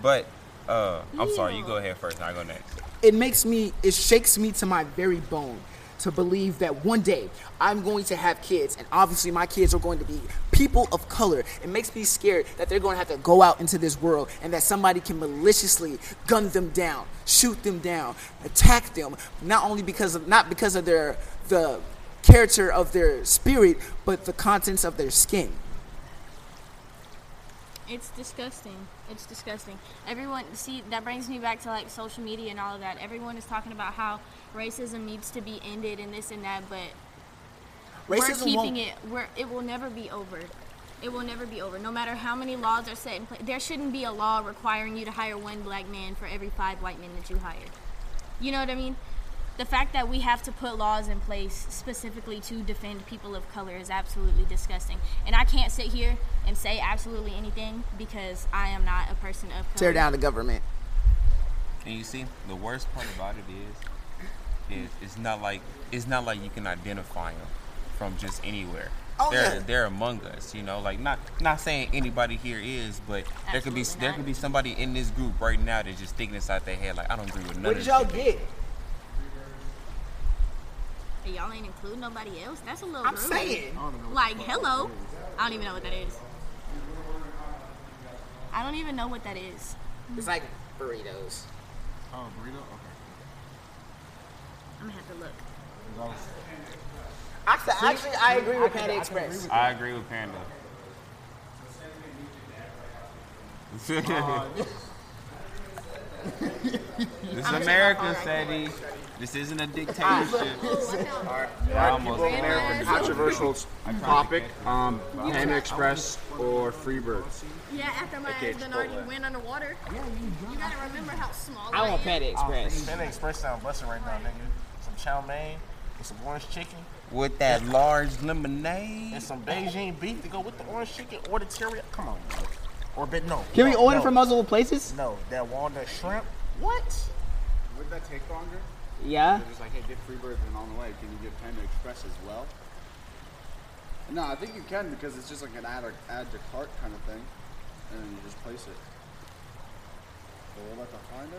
But uh, I'm sorry, you go ahead first, I go next.
It makes me. It shakes me to my very bone to believe that one day I'm going to have kids, and obviously my kids are going to be people of color. It makes me scared that they're going to have to go out into this world and that somebody can maliciously gun them down, shoot them down, attack them, not only because of not because of their the character of their spirit, but the contents of their skin.
It's disgusting. It's disgusting. Everyone, see, that brings me back to like social media and all of that. Everyone is talking about how racism needs to be ended and this and that, but
Racism
we're keeping
won't-
it. We're, it will never be over. It will never be over. No matter how many laws are set in place, there shouldn't be a law requiring you to hire one black man for every five white men that you hire. You know what I mean? The fact that we have to put laws in place specifically to defend people of color is absolutely disgusting. And I can't sit here and say absolutely anything because I am not a person of color.
tear down the government.
And you see, the worst part about it is, is it's not like it's not like you can identify them. from just anywhere.
Oh,
they're
yeah.
they're among us, you know. Like not not saying anybody here is, but there could be
Absolutely
there
not.
could be somebody in this group right now that's just thinking inside their head like I don't agree with none
What
of
did
this
y'all
shit they
get?
And y'all ain't include nobody else. That's a little.
I'm
rude.
saying.
Like hello. I don't even know what that is. I don't even know what that is.
It's like burritos.
Oh, burrito? Okay.
I'm gonna have to look.
Actually, actually I agree with Panda Express.
I agree with [LAUGHS] Panda. this is America, Sadie. This
[LAUGHS]
isn't a dictatorship. I almost America.
Controversial topic. Um, Panda Express or Freebird?
Yeah, after my husband already went underwater. You gotta remember how small
I want
am.
Panda Express.
Panda Express sound busting right now, nigga. Some chow mein and some orange chicken
With that large lemonade.
and some Beijing beef to go with the orange chicken or the teriyaki. Come on, bro. Or but no.
Can we
no,
order
no,
from multiple places?
No, that walnut shrimp.
What?
Would that take longer?
Yeah.
They're just like, hey, get Freebird and on the way, can you get Panda Express as well? No, I think you can because it's just like an add, or, add to cart kind of thing, and then you just place it. But what about the Honda?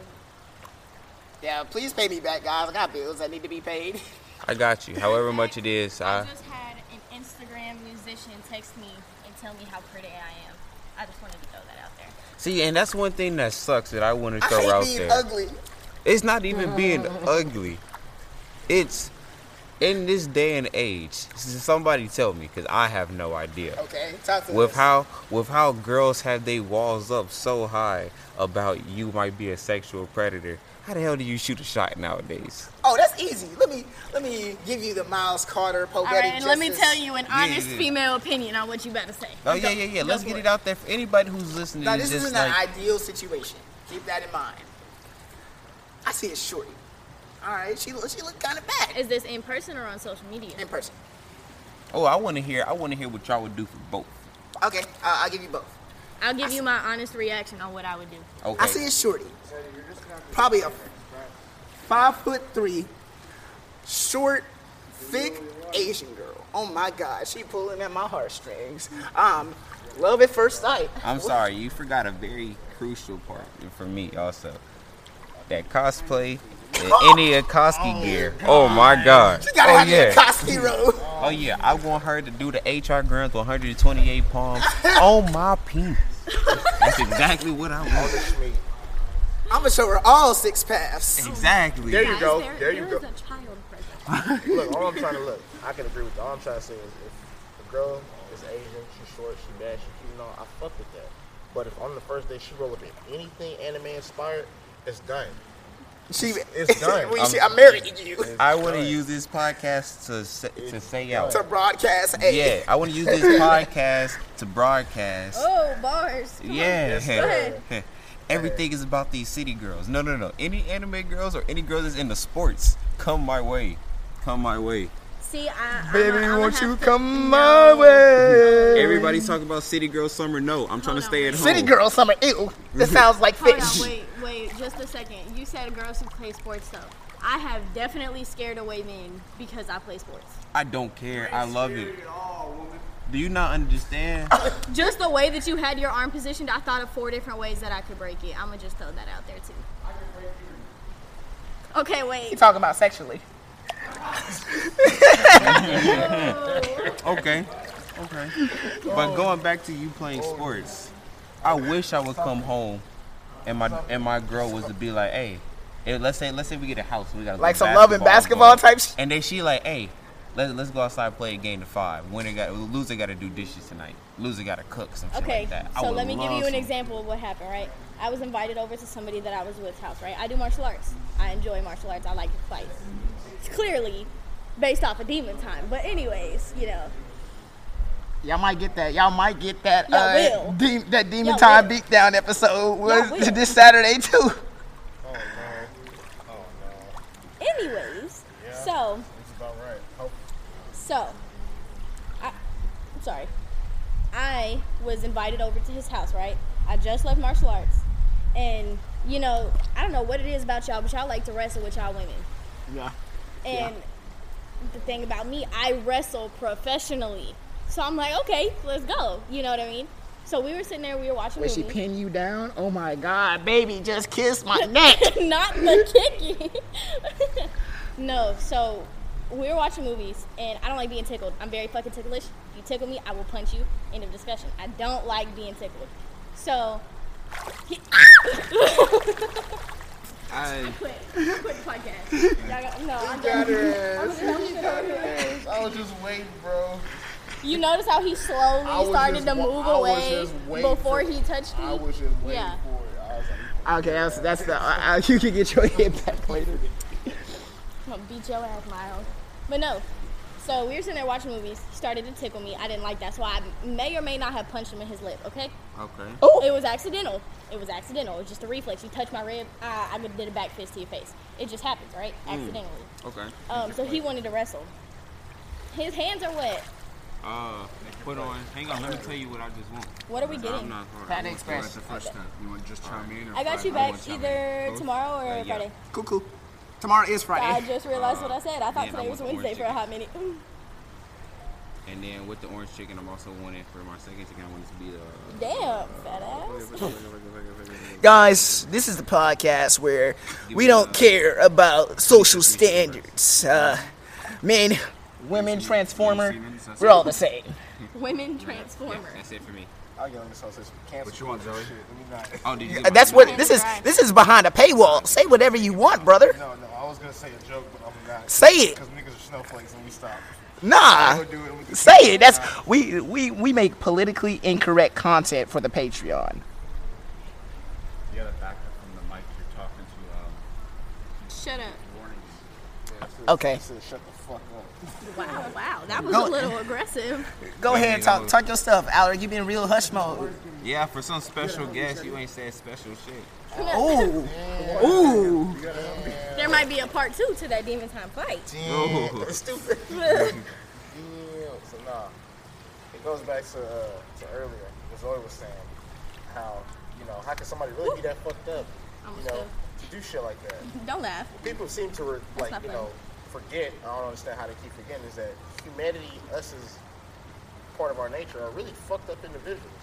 Yeah, please pay me back, guys. I got bills that need to be [LAUGHS] paid.
I got you. However much it is,
I
I
just had an Instagram musician text me and tell me how pretty I am. I just wanted to throw that out there.
see, and that's one thing that sucks that I want to
I
throw
hate
out
being
there.
ugly.
It's not
[LAUGHS]
even being ugly. It's in this day and age. s- Somebody tell me, because I have no idea.
Okay, talk to
with
us.
how with how girls have they walls up so high about you might be a sexual predator. How the hell do you shoot a shot nowadays?
Oh, that's easy. Let me let me give you the Miles Carter poetic.
All right, and let me
justice.
tell you an honest
yeah.
female opinion on what you about to say.
Oh yeah, yeah, yeah. Let's
go
get
for
it out there for anybody who's listening.
Now this
is just
isn't
like,
an ideal situation. Keep that in mind. I see a shorty. All right, she look- she looked kind of bad
Is this in person or on social media?
in person.
oh, I want to hear. I want to hear what y'all would do for both.
Okay, I I'll give you both.
I'll give you my honest reaction on what I would do.
Okay.
I see a shorty, probably a five foot three, short, thick Asian girl. Oh my God, she pulling at my heartstrings. Um, love at first sight.
I'm sorry, you forgot a very crucial part for me also. That cosplay, and any Akoski gear. Oh my god.
Oh, You [LAUGHS] gotta
oh
have your
yeah.
Koski roll.
Oh yeah, I want her to do the HR grams 128
[LAUGHS]
palms on my penis. That's exactly what I want.
I'm gonna show her all six paths.
Exactly.
There you go. There, you go.
a child present.
Look, all I'm trying to look, I can agree with that. All I'm trying to say is if a girl is Asian, she's short, she bad, she cute, and all, I fuck with that. But if on the first day she roll up in anything anime inspired, it's done.
She,
It's done.
we should- I married you
I want to use this podcast to say, to say out.
to broadcast. A.
Yeah, I want to use
[LAUGHS]
this podcast to broadcast.
Oh, bars.
Yeah. [LAUGHS]
Yes,
Everything is about these city girls. No, no, no. Any anime girls or any girls that's into sports, come my way. Come my way.
See, I. Baby, won't you come
My way.
Everybody's talking about city girl summer. No, I'm trying to
on,
stay at
wait.
home.
City girl summer. Ew. That
Mm-hmm.
sounds like
Hold
fish.
on, wait,
[LAUGHS]
wait, just a second. You said girls who play sports, though. I have definitely scared away men because I play sports.
I don't care. I love it. Do you not understand?
[LAUGHS]
Just the way that you had your arm positioned, I thought of four different ways that I could break it. I'm gonna just throw that out there too. Okay,
You
wait.
talking about sexually?
okay. Okay. But going back to you playing sports, I wish I would come home and my and my girl was to be like, hey, eh, let's say let's say we get a house, we got
Like some love and basketball type sh-
And then she like, hey, let, let's go outside and play a game to five. Winner got loser got to do dishes tonight. Loser got to cook some shit
Okay,
like that. I
so
would
let me give
love
you an
some-
example of what happened, right? I was invited over to somebody that I was with house, right? I do martial arts. I enjoy martial arts. I like to fight. It's clearly based off of demon time. But anyways, you know.
Y'all might get that. Y'all might get that.
Y'all
uh,
will.
de- that demon
Y'all
time
will.
beatdown episode was
will.
[LAUGHS] this Saturday too.
Anyways, so
It's about right. Hope
So, I, I'm sorry. I was invited over to his house, right? I just left martial arts. And, you know, I don't know what it is about y'all, but y'all like to wrestle with y'all women.
Yeah.
And the thing about me, I wrestle professionally. So I'm like, okay, let's go. You know what I mean? So we were sitting there, we were watching
When
a
she
movie.
pin you down, oh my god, baby, just kiss my neck.
Not the kicking. [LAUGHS] no, so we were watching movies, and I don't like being tickled. I'm very fucking ticklish. If you tickle me, I will punch you. End of discussion. I don't like being tickled. So [LAUGHS]
I
quit, quit the podcast.
[LAUGHS]
Y'all got- no, I'm done.
I was just waiting, bro.
You notice how he
I was
slowly started
just
to
wa-
move
I was
away
just waiting
before
for-
he touched me.
I was just waiting
Yeah.
for it. I was like,
okay, that's, that's the. Uh, you can get your head back later.
I'm gonna beat your ass, Miles. But no. So we were sitting there watching movies. He started to tickle me. I didn't like that, so I may or may not have punched him in his lip. Okay.
okay.
Oh!
It was accidental. It was accidental. It was just a reflex. You touched my rib. I, I did a back fist to your face. It just happens, right?
Mm.
Accidentally.
Okay.
Um, so he wanted to wrestle. His hands are wet.
Uh, put on. Hang on. Let me tell you what I just want.
What are we
I'm
getting?
not. Hold on.
Panic
I want to go at
express.
the first time.
You want to just chime in? Or
I got you
find-
back
want y'all to
either
both?
tomorrow or
Uh, yeah.
Friday.
Cuckoo. Tomorrow is
I
Friday.
just realized what I said. I thought
yeah, and I
today
want
was
the orange
Wednesday for a hot minute.
And then with the orange chicken, I'm also wanting for my second chicken. I want it to be uh, the.
Damn, fat ass.
[LAUGHS]
[LAUGHS]
Guys, this is the podcast where we don't care about social standards. Uh, men, women, transformer, we're all the same.
Women
Yeah,
transformer.
that's it for me.
I'll get on this sausage. Cancel.
What you want, Zoe?
Shit, let me not.
Oh, did you? Get
Uh,
my
That's
email?
what this is. This is behind a paywall. Say whatever you want, brother.
No, no, I was gonna say a joke, but I'm not.
Say it.
Because niggas are snowflakes and we stop.
Nah,
Go do it. and we can-
say it. That's we we we make politically incorrect content for the Patreon.
You gotta back up from the mic. You're talking to
Shut up.
um, warnings.
Okay,
I said, shut the fuck up.
Wow, wow. That was a
No.
little aggressive.
go ahead, talk talk your stuff, Alaric. You been real hush mode.
um,
Yeah, for some special guest, you ain't said special shit.
Oh. [LAUGHS]
Ooh, ooh.
There might be a part two to that demon time fight.
Oh,
Yeah, so nah. It goes back to, uh, to earlier, what Zoe was saying. How, you know, how can somebody really be that fucked up, you
Almost
know,
fell.
to do shit like that?
Don't laugh.
people seem to re- like
not
you
fair.
know forget. I don't understand how they keep forgetting is that humanity, us as part of our nature, are really fucked up individuals.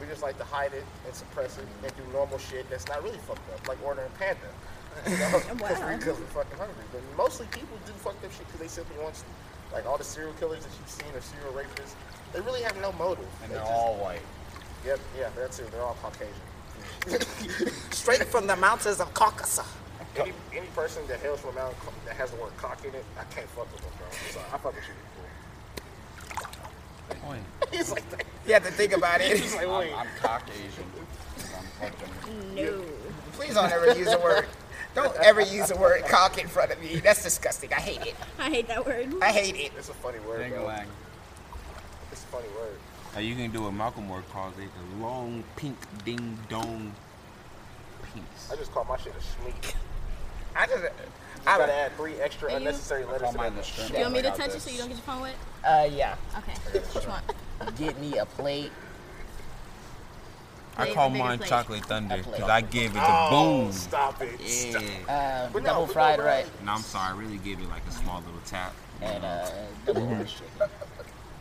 We just like to hide it and suppress it and do normal shit that's not really fucked up, like ordering panda. Because
Wow.
we're fucking hungry. But mostly people do fucked up shit because they simply want to. Like all the serial killers that you've seen or serial rapists, they really have no motive.
And
They
they're
just-
all white.
Yep, yeah, that's it. They're all Caucasian.
Straight from the mountains of Caucasus.
Any, any person that hails from a mountain co- that has the word cock in it, I can't fuck with them, bro. I'm sorry, I fuck with you. Before. He's like, that.
You have to think about it.
[LAUGHS]
he's like, wait.
I'm Caucasian. 'cause I'm fucking.
No.
Please don't ever use the word. Don't ever use the word cock in front of me. That's disgusting. I hate it.
I hate that word.
I hate it.
It's a funny word, bro.
Dang-a-lang.
It's a funny word.
Uh, you can do what Malcolm Moore calls it the long pink ding dong piece.
I just call my shit a schmeek.
I just.
You
I
gotta add three extra
Are you-
unnecessary letters
call
to
mine
that
the shrimp.
shit.
You want me to
I got
touch it
this.
so you don't get your phone wet?
Uh, yeah.
Okay. What you want?
[LAUGHS] Get me a plate.
I
Plate,
call
bigger
mine
plate.
chocolate thunder
plate.
because I gave it the
Oh,
boom.
stop it.
Yeah.
Uh,
But no,
double
but no,
fried
bro.
rice
And I'm sorry, I really gave it like a small little tap.
and uh, double orange chicken.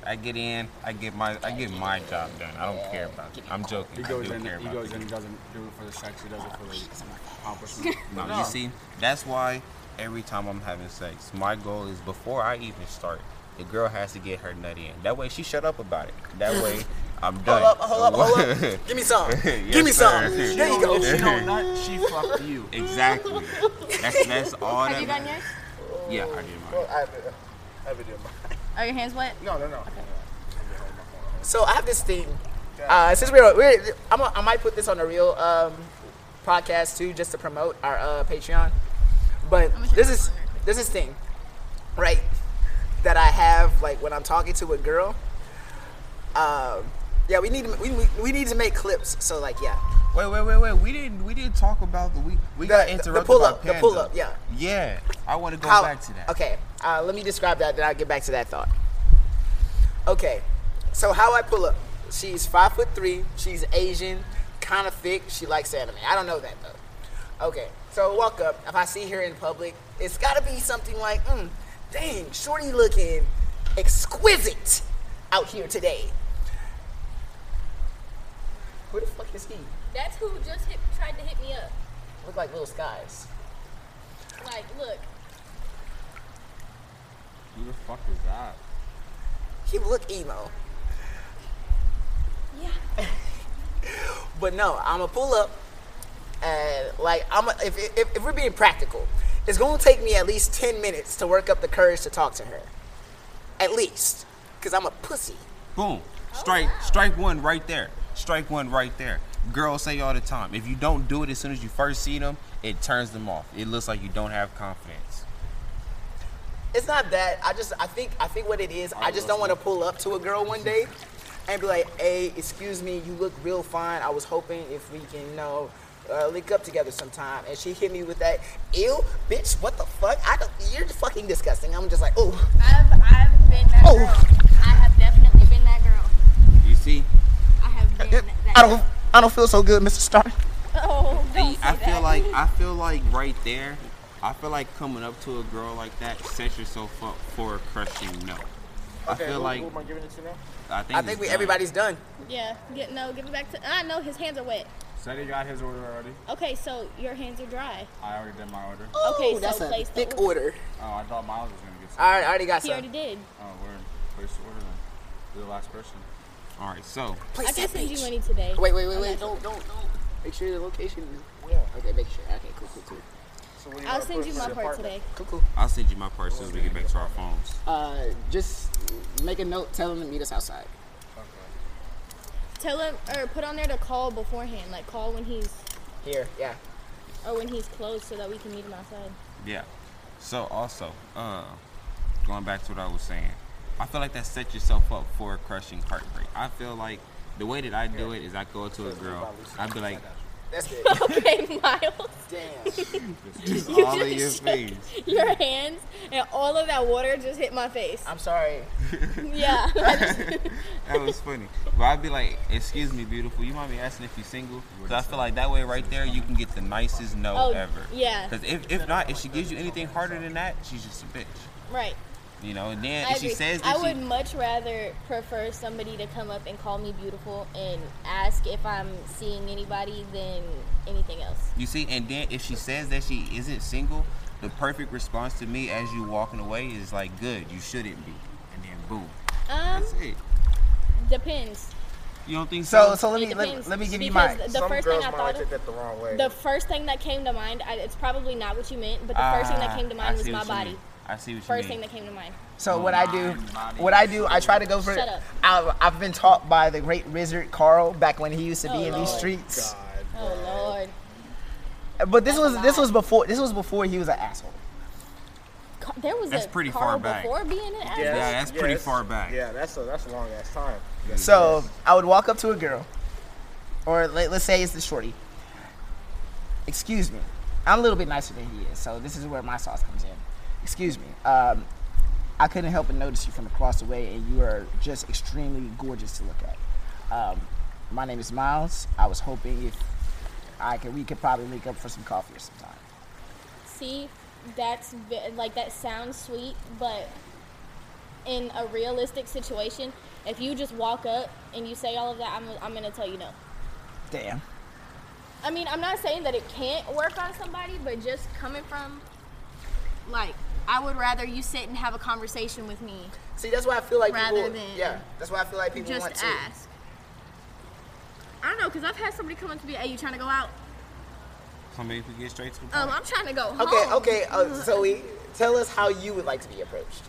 I get in, I get my, I get my job done. I don't care about it. I'm joking.
He
I do
goes in.
care
He
about
goes
it.
in. He doesn't do it for the sex. He does it for the accomplishment.
No, you see, that's why every time I'm having sex, my goal is before I even start, the girl has to get her nut in. That way she shut up about it.
[LAUGHS]
That way I'm done.
Hold up, hold up, hold
[LAUGHS]
up. Give me some. Give me some.
sir.
There you go.
If she don't nut, she fucked you.
Exactly. That's
[LAUGHS]
that's all
Have
that
you gotten yours?
matters. Yeah, I did
Well,
mine.
I have it. I have it in my.
Are your hands wet?
No, no, no.
So I have this thing. Uh, since we're, we're I'm a, I might put this on a real um, podcast too, just to promote our uh, Patreon. But
gonna check
this
my
is
calendar.
this is thing, right? That I have like when I'm talking to a girl. Um, yeah, we need to, we, we, we need to make clips. So like, yeah,
Wait, wait, wait, wait. We didn't we didn't talk about the we we
The-
got
the
interrupted
pull-up,
by
the
Panda.
pull-up, yeah.
Yeah. I want to go back to that.
Okay, uh, let me describe that. Then I'll get back to that thought. Okay, so how I pull up? She's five foot three. She's Asian, kind of thick. She likes anime. I don't know that though. Okay, so I walk up. If I see her in public, it's got to be something like, mm, dang, Shorty looking exquisite out here today. Who the fuck is he?
That's who just hit, tried to hit me up.
Look like little skies.
Like, look,
Who the fuck is that?
He look emo.
yeah.
[LAUGHS] But no, I'ma pull up. And like I'm, if, if if we're being practical, it's gonna take me at least ten minutes to work up the courage to talk to her, at least, cause I'm a pussy. Oh,
Boom. Strike strike one right there. Strike one right there. Girls say all the time, if you don't do it as soon as you first see them, it turns them off. It looks like you don't have confidence.
It's not that. I just I think I think what it is. I just don't want to pull up to a girl one day and be like, "Hey, excuse me, you look real fine. I was hoping if we can, you know, uh, link up together sometime." And she hit me with that, "Ew, bitch, what the fuck? I don't. You're fucking disgusting." I'm just like, "Oh,
I've, I've been that
Oh.
girl. I have definitely been that girl.
You see?
I have been that
[LAUGHS] I don't, I don't feel so good, Mr. Star."
[LAUGHS] Oh, don't
See,
say
I feel
that.
like I feel like right there, I feel like coming up to a girl like that sets yourself up for a crushing no. I
Okay,
feel
who,
like
who am I giving it to now?
I think
I think
it's
we
done.
everybody's done.
Yeah, get, no, give it back to. I know his hands are wet.
Said he got his order already.
Okay, so your hands are dry.
I already did my order. Oh,
Okay,
Ooh,
so
that's a
place
thick
the
order.
I thought Miles was gonna get some.
I already, I already got
He
some.
already did.
Oh, word. Place the order then. You're the last person.
All right, so
I
Place
just
that
sent you
bitch.
money today.
Wait, wait, wait, wait! Don't, don't, don't. Make sure the location is. Yeah. Okay, make sure. Okay, cool, cool, cool,
So what do
I'll
wanna
send
put
you
in
my
the
part
apartment?
today.
cool, cool.
I'll send you my purse as soon as we get back to our phones.
Uh, just make a note. Tell them to meet us outside.
Tell him or put on there to call beforehand. Like call when he's
Here, yeah.
or when he's closed, so that we can meet him
[LAUGHS]
outside.
Yeah. So also, uh, going back to what I was saying, I feel like that sets yourself up for a crushing heartbreak. I feel like the way that I do it is I go up to a girl, I'd be like,
That's good.
Okay, [LAUGHS] Miles, [LAUGHS]
Damn.
"This is
You
all in your
just
face."
your hands and all of that water just hit my face.
I'm sorry.
Yeah,
[LAUGHS] That was funny. But I'd be like, "Excuse me, beautiful. You mind me asking if you're single?" Because I feel like that way right there, you can get the nicest no
Oh,
ever.
yeah.
Because if, if not, if she gives you anything harder than that, she's just a bitch.
right.
You know. And then
I
if she
agree.
says
I
that
would
she,
much rather prefer somebody to come up and call me beautiful and ask if I'm seeing anybody than anything else.
You see, and then if she says that she isn't single, the perfect response to me as you walking away is like, "Good, you shouldn't be," and then boom,
Um,
that's it.
depends.
You don't think
So,
so?
so let
It
me let,
depends,
let me give you
because
mine.
The
Some
first thing
girls
I
might
thought
take
of,
that the wrong way.
the first thing that came to mind, I, it's probably not what you meant, but the first thing that came to
Ah, I
mind was
see
my
what you
body.
mean. I see what
First
you mean.
thing that came to mind.
So what I do, what I do, I try to go for.
Shut up.
I, I've been taught by the great wizard Carl back when he used to be
Oh,
in these
Lord.
streets.
Oh lord,
But this was this
lie.
was before this was before he was an asshole.
Ca- there was
That's
a
pretty
Carl
far back.
before being an
Yeah,
asshole.
Yeah, that's pretty
that's-
far back.
Yeah, that's a that's a long ass time.
So I would walk up to a girl, or let, let's say it's the shorty. Excuse me, I'm a little bit nicer than he is, so this is where my sauce comes in. Excuse me, um, I couldn't help but notice you from across the way, and you are just extremely gorgeous to look at. Um, my name is Miles. I was hoping if I could, we could probably link up for some coffee or sometime.
See, that's ve- like that sounds sweet, but in a realistic situation, if you just walk up and you say all of that, I'm, I'm gonna tell you no.
Damn.
I mean, I'm not saying that it can't work on somebody, but just coming from, like, I would rather you sit and have a conversation with me,
See, that's why I feel like
Rather
people.
than
yeah, that's why I feel like people
just
want to.
ask. I don't know, cause I've had somebody come up to me, "Hey, you trying to go out?
So maybe we get straight to the point.
Um, I'm trying to go home."
Okay, okay, uh, Zoe, tell us how you would like to be approached.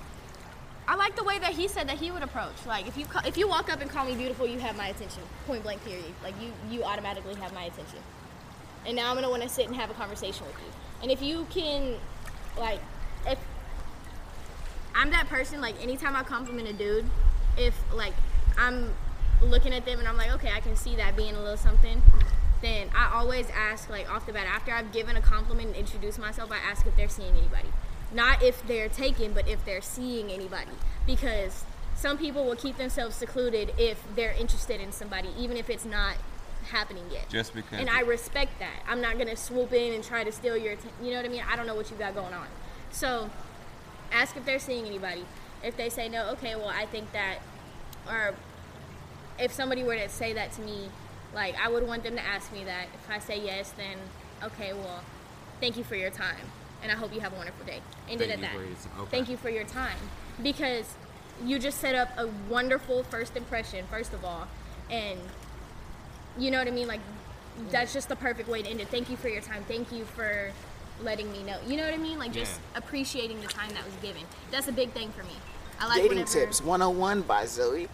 I like the way that he said that he would approach. Like if you ca- if you walk up and call me beautiful, you have my attention. Point blank period. Like you you automatically have my attention. And now I'm gonna want to sit and have a conversation with you. And if you can, like, if I'm that person, like anytime I compliment a dude, if like I'm looking at them and I'm like, okay, I can see that being a little something. Then I always ask, like off the bat, after I've given a compliment and introduced myself, I ask if they're seeing anybody. Not if they're taken, but if they're seeing anybody. Because some people will keep themselves secluded if they're interested in somebody, even if it's not happening yet.
Just because-
And I respect that. I'm not gonna swoop in and try to steal your, atten- you know what I mean? I don't know what you got going on. So ask if they're seeing anybody. If they say no, okay, well, I think that, or if somebody were to say that to me, like, I would want them to ask me that. If I say yes, then, okay, well, thank you for your time. And I hope you have a wonderful day. Ended
Thank
at
you
that.
for your time. Okay.
Thank you for your time. Because you just set up a wonderful first impression, first of all. And you know what I mean? Like, that's just the perfect way to end it. Thank you for your time. Thank you for letting me know. You know what I mean? Like, just
Yeah.
appreciating the time that was given. That's a big thing for me. I like
Dating
whenever-
tips 101 by Zoe.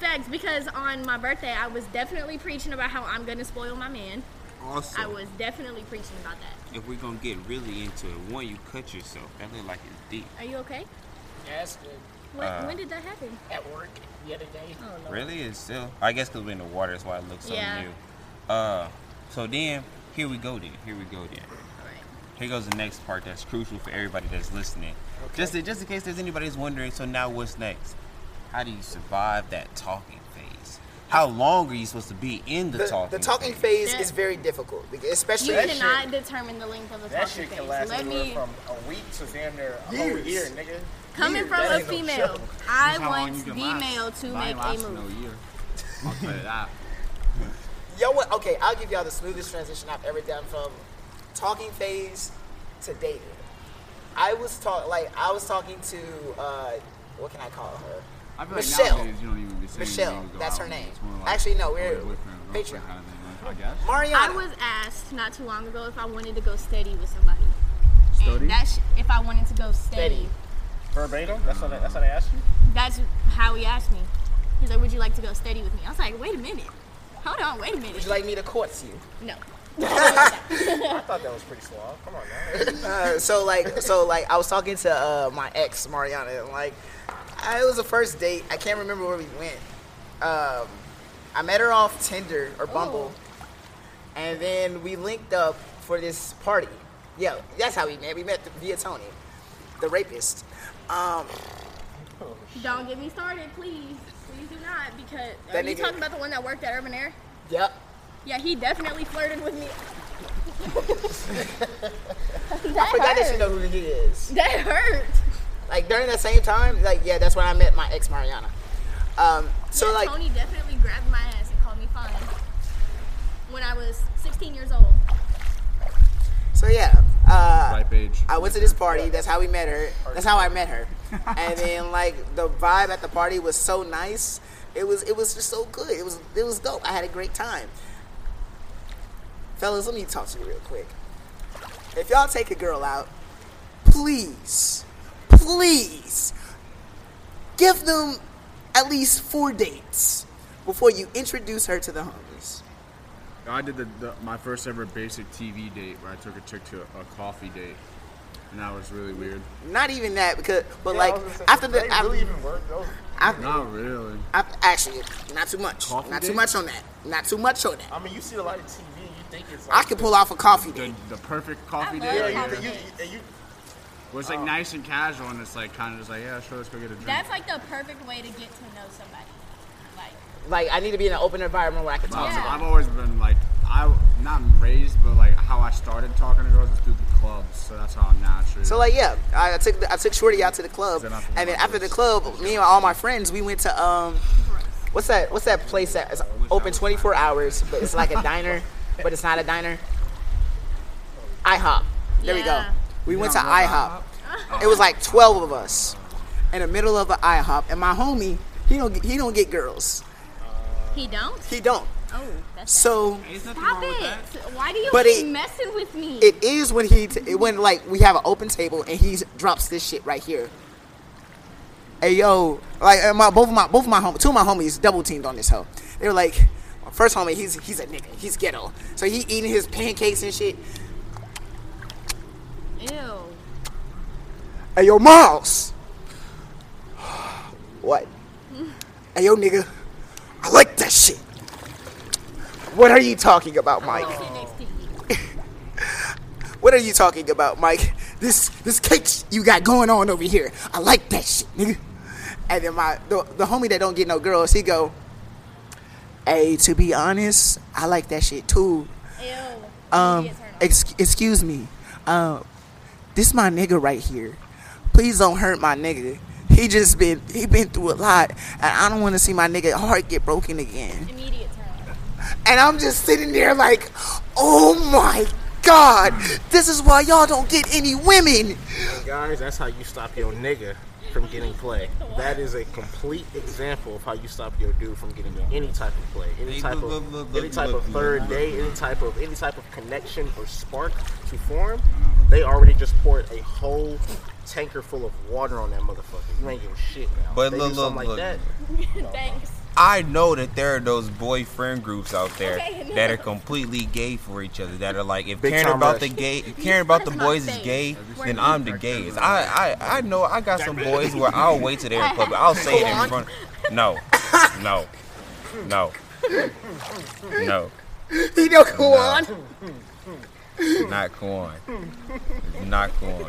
Facts, because on my birthday, I was definitely preaching about how I'm gonna spoil my man.
Also,
I was definitely preaching about that.
if we're gonna get really into it, one, you cut yourself. That look like it's deep.
Are you okay?
That's good.
When, when did that happen?
At work the other day.
Oh no.
Really, it's still. I guess because we're in the water, that's why it looks so
Yeah.
new. Uh, so then here we go. Then here we go. Then
All right.
here goes the next part that's crucial for everybody that's listening. Just just in case there's anybody that's wondering. So now what's next? How do you survive that talking phase? How long are you supposed to be in the,
The,
talking?
the talking phase
That-
is very difficult, because-
You
especially
That
cannot determine the length of a
That
talking
shit
phase.
can last
Let
anywhere
me
from a week to damn near a whole
Years.
year, nigga.
coming
Years,
from
that
a
ain't no
female.
joke.
I want the male to make a move.
Yo, what? Okay, I'll give y'all the smoothest transition I've ever done from talking phase to dating. I was talk like I was talking to uh, what can I call her?
I feel
Michelle.
like nowadays you don't even be saying
Michelle,
names go
that's
out
her
with it.
name.
It's more like
Actually, no,
boy,
we're
boyfriend, girlfriend
Patreon.
kind of thing, I guess.
Mariana.
I was asked not too long ago if I wanted to go steady with somebody.
Steady?
And that sh- if I wanted to go steady.
Steady.
Verbatim. That's what. They, that's what they asked you.
That's how he asked me. He's like, "Would you like to go steady with me?" I was like, "Wait a minute, hold on, wait a minute."
Would you like me to court you?
no,
I thought that was pretty suave. Come on, man.
Uh, so like so like I was talking to uh, my ex Mariana and like I, it was a first date. I can't remember where we went. Um, I met her off Tinder or Bumble, and then we linked up for this party. Yeah, that's how we met. We met via Tony, the rapist. Um,
don't get me started, please, please do not, because
That
are you
nigga-
talking about the one that worked at Urban Air?
yep.
Yeah, he definitely flirted with me.
I forgot
[LAUGHS]
that
hurt.
you know who he is.
That hurt.
Like during that same time, like yeah, that's when I met my ex Mariana. Um, so
Yeah,
like
Tony definitely grabbed my ass and called me fine when I was 16 years old.
so yeah. Uh,
Ripe age.
I went to this party. That's how we met her. That's how I met her. And then like the vibe at the party was so nice. It was it was just so good. It was it was dope. I had a great time. Fellas, let me talk to you real quick. If y'all take a girl out, please, please give them at least four dates before you introduce her to the homies.
I did the, the my first ever basic TV date where I took a chick to a, a coffee date, and that was really weird.
Not even that because, but
Yeah, I
like
was gonna say,
after
does
the
they
I-
really even work those.
after,
Not really.
I, actually, not too much.
Coffee
not too
date?
much on that. Not too much on that.
I mean, you see a lot of TV. You think it's. Like
I could pull off a coffee
The,
date.
the perfect coffee
love
date
Yeah,
coffee
you,
yeah.
you, you, you,
was like nice and casual, and it's like kind of just like yeah, sure, let's go get a drink.
That's like the perfect way to get to know somebody. Like,
Like I need to be in an open environment where I can
Wow,
talk
so
to them.
I've always been like I not raised, but like how I started talking to girls was through the clubs, so that's how I'm naturally.
So like yeah, I I took the, I took Shorty out to the club,
They're not
and then
familiar
after the
with
club, me and all my friends we went to um, what's that? What's that place that is open 24 hours, but it's like a diner, but it's not a diner. IHOP. There
Yeah.
we go. We went to IHOP. It was like 12 of us in the middle of an IHOP, and my homie he don't get- he don't get girls.
he don't?
He don't.
Oh, that's
So
Stop it! Why do you
But
keep
it-
messing with me?
it is when he t- when like we have an open table and he drops this shit right here. Hey yo, like and my both of my both of my hom- two of my homies double teamed on this hoe. They were like, my first homie, he's he's a nigga, he's ghetto, so he eating his pancakes and shit.
Ew.
Hey yo, Miles, [SIGHS] what? hey yo, nigga, I like that shit. What are you talking about, Mike?
Sit next to you.
What are you talking about, Mike? This this cake you got going on over here. I like that shit, nigga. And then my the, the homie that don't get no girls, he go, Hey, to be honest, I like that shit too.
Ew.
Um
Idiot turn off.
ex- excuse me. Um this my nigga right here.
please don't hurt my nigga. He just been he been through a lot, and I don't want to see my nigga heart get broken again.
Immediate turn.
And I'm just sitting there like, oh my god, this is why y'all don't get any women.
Guys, that's how you stop your nigga from getting play. That is a complete example of how you stop your dude from getting any type of play, any
Hey,
type
look, look, look,
of any
look,
type
look,
of
look.
third day, any type of any type of connection or spark to form. They already just poured a whole tanker full of water on that motherfucker. You ain't giving shit now.
But
They
look,
do
look,
something like
look.
that.
Thanks.
I know that there are those boyfriend groups
[LAUGHS]
out there
Okay, no.
that are completely gay for each other. That are like, if
Big
caring
time
about
rush.
the gay, if caring about the
That's my
boys is
thing.
gay,
We're
then
not
I'm the gayest. I, I, I know I got some boys where I'll wait
[LAUGHS]
till they're in public. I'll say it in front. No, no, no, no.
He know go
No.
on.
[LAUGHS] Not corn. Not corn.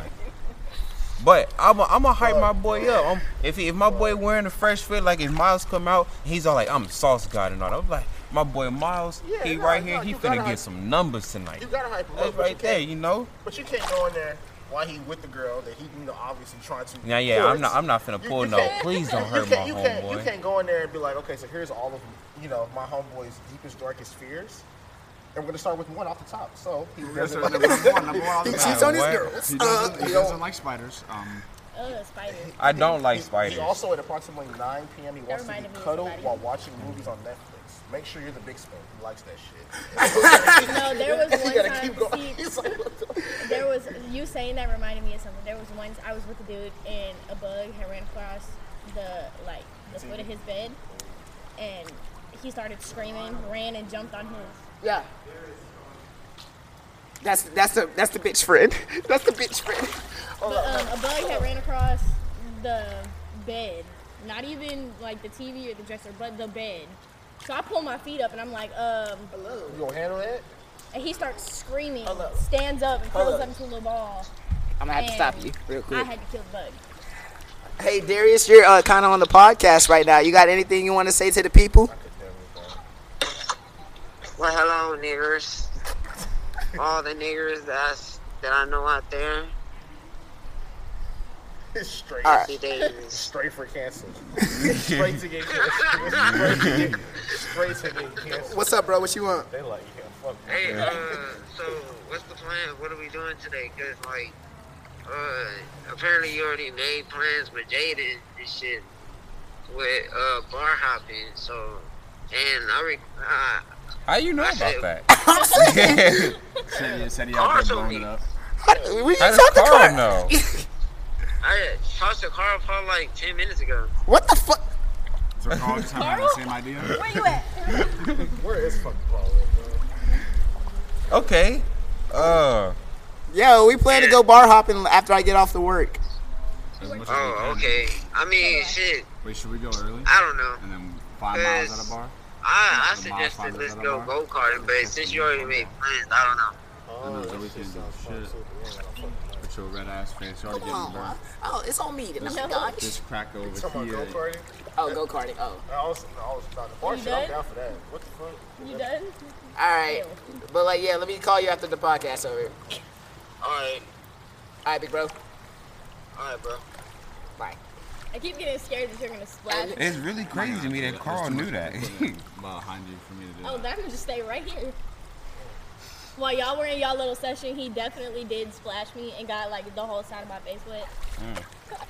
But I'm a, I'm gonna hype my boy up. I'm, if he, if my boy wearing a fresh fit, like if Miles come out, he's all like, "I'm the sauce god and all." that. I'm like, my boy Miles,
Yeah,
he
no,
right
no,
here. he
you
finna
gotta
get
hype-
some numbers tonight.
You gotta hype him
That's
up
right there,
there.
you know.
But you can't go in there while he with the girl that he you know obviously trying to.
Yeah, yeah. I'm not I'm not finna
You-
pull
you
no.
can't-
Please don't
you
hurt my
can't, you, can't, you
homeboy.
can't go in there and be like, okay, so here's all of you know my homeboy's deepest, darkest fears, and we're gonna start with one off the top. So he
That's
doesn't.
number one. Number one. all the
He
time.
cheats on his
What?
girls.
He
Uh,
doesn't, he doesn't like spiders. Um,
Ugh, spiders.
I don't like
He-
spiders.
He also at approximately 9 p.m. he wants to be
reminded me of
cuddled
somebody.
while watching movies on Netflix. Make sure you're the big spoon. He likes that shit. [LAUGHS]
No, there was
you
one
gotta
time.
keep going.
see,
He's like, what the-
there was you saying that reminded me of something. There was once I was with a dude and a bug had ran across the like the foot of his bed, and he started screaming, ran and jumped on his.
yeah. That's that's the that's the bitch friend. [LAUGHS] That's the bitch friend.
But um,
Uh-huh.
a bug had ran across the bed, not even like the TV or the dresser, but the bed. So I pull my feet up and I'm like, um,
you gonna handle that?
and he starts screaming,
Hello.
stands up and
Hello.
curls up into a little ball.
I'm gonna have to
And
stop you real quick.
I had to kill the bug.
Hey Darius, you're uh, kind of on the podcast right now. You got anything you want to say to the people?
Well, hello, niggers. All the niggers that's, that I know out there.
It's straight.
All right.
Happy days.
Straight for [LAUGHS] cancer. straight to get canceled. Straight to get, straight to get canceled.
What's up, bro? What you want?
They like, yeah, fuck.
Hey, uh, so what's the plan? What are we doing today? Because, like, uh, apparently you already made plans with Jaden and shit with uh, bar hopping. So, and I, re- uh,
How you know
I
about
said-
that? [LAUGHS]
said he, said he out there
Also
blowing
me.
it up.
We
How
just
does
talked to
Carl
Carl.
know?
I talked to Carl probably like 10 minutes ago.
What the fuck?
So Carl just had the same idea.
Where you at?
Where is fucking Paul?
Okay. Uh.
Yo, we plan to go bar hopping after I get off the work.
As much as we
Oh,
can.
okay. I mean, shit,
Wait, should we go early?
I don't know.
And then five miles
Yes.
at a bar?
I, I
The mile
suggested
five
let's
is at a
go
bar?
go karting, but since you already made plans, I don't know.
Oh, that we can do shit. With your red ass face, you already getting burnt.
Oh, it's on me.
This,
God.
this crack over
Talking about
here.
go karting?
Oh, go karting. Oh,
I was, I was about to bar
You
shit. I'm
done?
down for that. What the fuck?
You done?
all right. But like, yeah, let me call you after the podcast over. All
Alright,
right, big bro.
alright, bro.
Bye.
I keep getting scared that you're gonna
[LAUGHS]
splash.
It's really crazy to me that
There's
Carl
too much
knew that.
equipment Behind you for me to do.
Oh,
that.
then I'm gonna just stay right here. While y'all were in y'all little session, he definitely did splash me and got like the whole side of my face wet.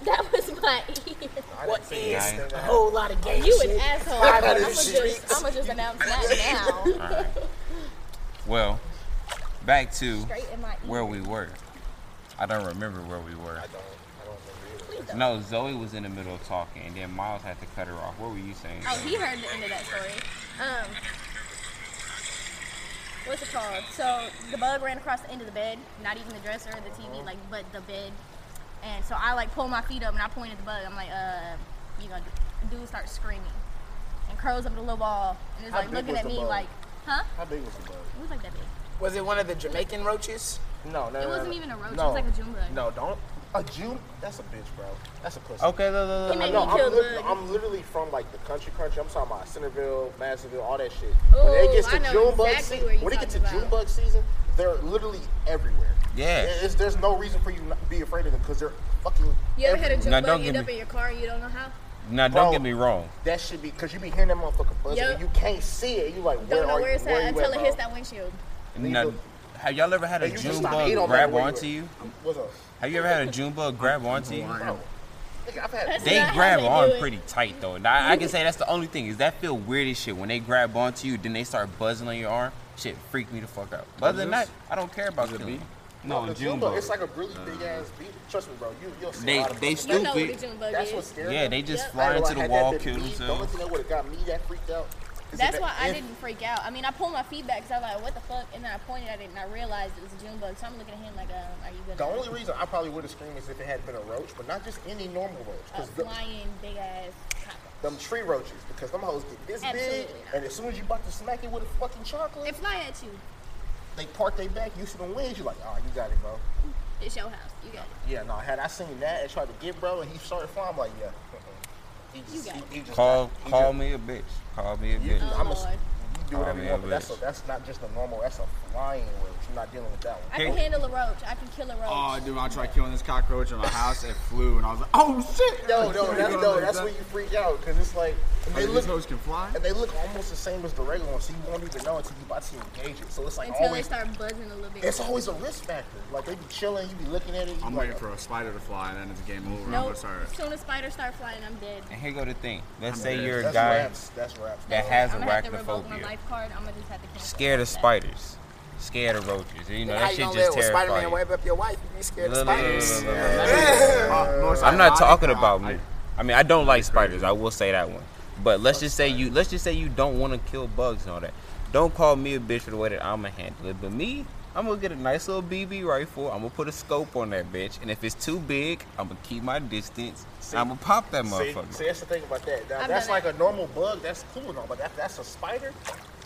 That was my ear.
What is
Nice.
a whole lot of gay
You
shit?
an asshole. I'm
Five hundred
gonna just, I'm just announce that
[LAUGHS]
now.
[LAUGHS] Well, back to
Straight in my ear.
where we were. I don't remember where we were. No, Zoe was in the middle of talking, and then Miles had to cut her off. What were you saying?
Oh, he heard the end of that story. Um, what's it called? So the bug ran across the end of the bed, not even the dresser, the TV, like, but the bed. And so I like pulled my feet up and I pointed at the bug. I'm like, uh, you know, dude starts screaming and curls up the little ball and is
How
like
big
looking
was
at
the
me
bug?
like, huh?
How big was the bug?
It was like that big.
Was it one of the Jamaican roaches?
No, no,
It
no,
wasn't
no.
even a roach, it
No.
was like a June bug.
No, don't. A June? That's a bitch, bro. That's a pussy.
Okay, look, look,
He
look,
made
No,
me
I'm,
kill
lit-
the.
I'm literally from like the country, country. I'm talking about Centerville, Massville, all that shit.
Ooh,
when it gets
I
to
know
June bug
exactly
season,
where you
when it gets to
talking
June
about.
bug season, They're literally everywhere.
Yeah.
It- it's- there's no reason for you not to be afraid of them because they're fucking.
You ever had a
everywhere.
Joe
Now, don't
Bug end
give
up
me-
in your car and you don't know how?
Now,
Bro.
don't get me wrong.
That should be because you be hearing that motherfucker buzz
Yep.
and you can't see it. You like where
Don't know
are
where
you?
it's
Where you
at until
at,
it
bro?
hits that windshield.
Now, have y'all ever had a
And you just
June
stop. It
bug
don't
grab
matter where
onto
at.
you?
What's up?
Have you ever had a June bug grab onto you?
Bro, nigga, I've had
That's
They
not how
grab
they
on
do it.
pretty tight though. And I, I can say that's the only thing is that feel weird as shit when they grab onto you, then they start buzzing on your arm. Shit, freak me the fuck out. But other than that, I don't care about killing. No,
the
June
Jumbo.
bug.
It's like a really big ass beat. Trust me, bro. You you'll see a
They
lot of
they
fucking-
You know what a
stupid.
June Bug
That's
is.
what's scary.
Yeah, they just
Yep.
fly into the wall, kill
The only
themselves.
thing that would have got me that freaked out. is
That's
if-
why I
if-
didn't freak out. I mean, I pulled my feet back 'cause I was like, what the fuck? And then I pointed at it and I realized it was a June bug. So I'm looking at him like, um, are you good?
The only reason I probably would have screamed is if it had been a roach, but not just any normal roach,
A
because
flying big ass cockroach.
them tree roaches, because them hoes get this big,
Absolutely not.
and as soon as you about to smack it with a fucking chocolate,
They fly at you.
they park their back. You see them wings, you like, oh, you got it, bro.
It's your house. You got it.
Yeah, no, had I seen that and tried to get bro, and he started flying, I'm like, yeah. mm-mm. He just,
got it.
he, he just
Call
he
call
just-
me a bitch. Call me a
You,
bitch.
Oh,
I'm a,
Lord.
you do whatever
Oh,
you
yeah,
want, but that's a,
bitch.
that's not just a normal. That's a flying roach. You're not dealing with that one.
I can
Okay.
handle a roach. I can kill a roach.
Oh, dude, I tried killing this cockroach in my house. It flew, and I was like, "Oh shit!"
No, no, that's
Like
no, that's
that.
where you freak out because it's like and
I
Oh,
they
mean,
look
These hoes can fly.
and they look almost the same as the regular one, so you won't even know until you about to engage it. So it's like
Until they
always
start buzzing a little bit.
it's always a risk factor. Like they be chilling, you be looking at it. You
I'm
be like,
waiting for a spider to fly, and then it's game over. I'm
Nope.
gonna start.
As soon as spiders start flying, I'm dead.
And here go the thing. Let's
I'm
say
dead.
you're a
That's
guy
raps. That's raps.
that has
I'm gonna have to revoke my
arachnophobia,
life card. I'm gonna just have to cancel.
scared of
that.
spiders, scared of roaches. You know
How
that
you
shit
gonna
just
let Spider-Man
terrifying.
wipe up your wife if you scared of
Look, look, look,
spiders?
look, look, look.
Uh, most
I'm not
ironic,
talking
uh,
about
I-
me. I mean, I don't like spiders. I will say that one. But let's just say you. Let's just say you don't want to kill bugs and all that. Don't call me a bitch for the way that I'ma handle it. But me, I'm gonna get a nice little BB rifle. I'm gonna put a scope on that bitch, and if it's too big, I'm gonna keep my distance. and I'm gonna pop that
See,
motherfucker.
see, that's the thing about that. Now,
I've
that's
done
like
that.
a normal bug. That's cool and all, but that, that's a spider.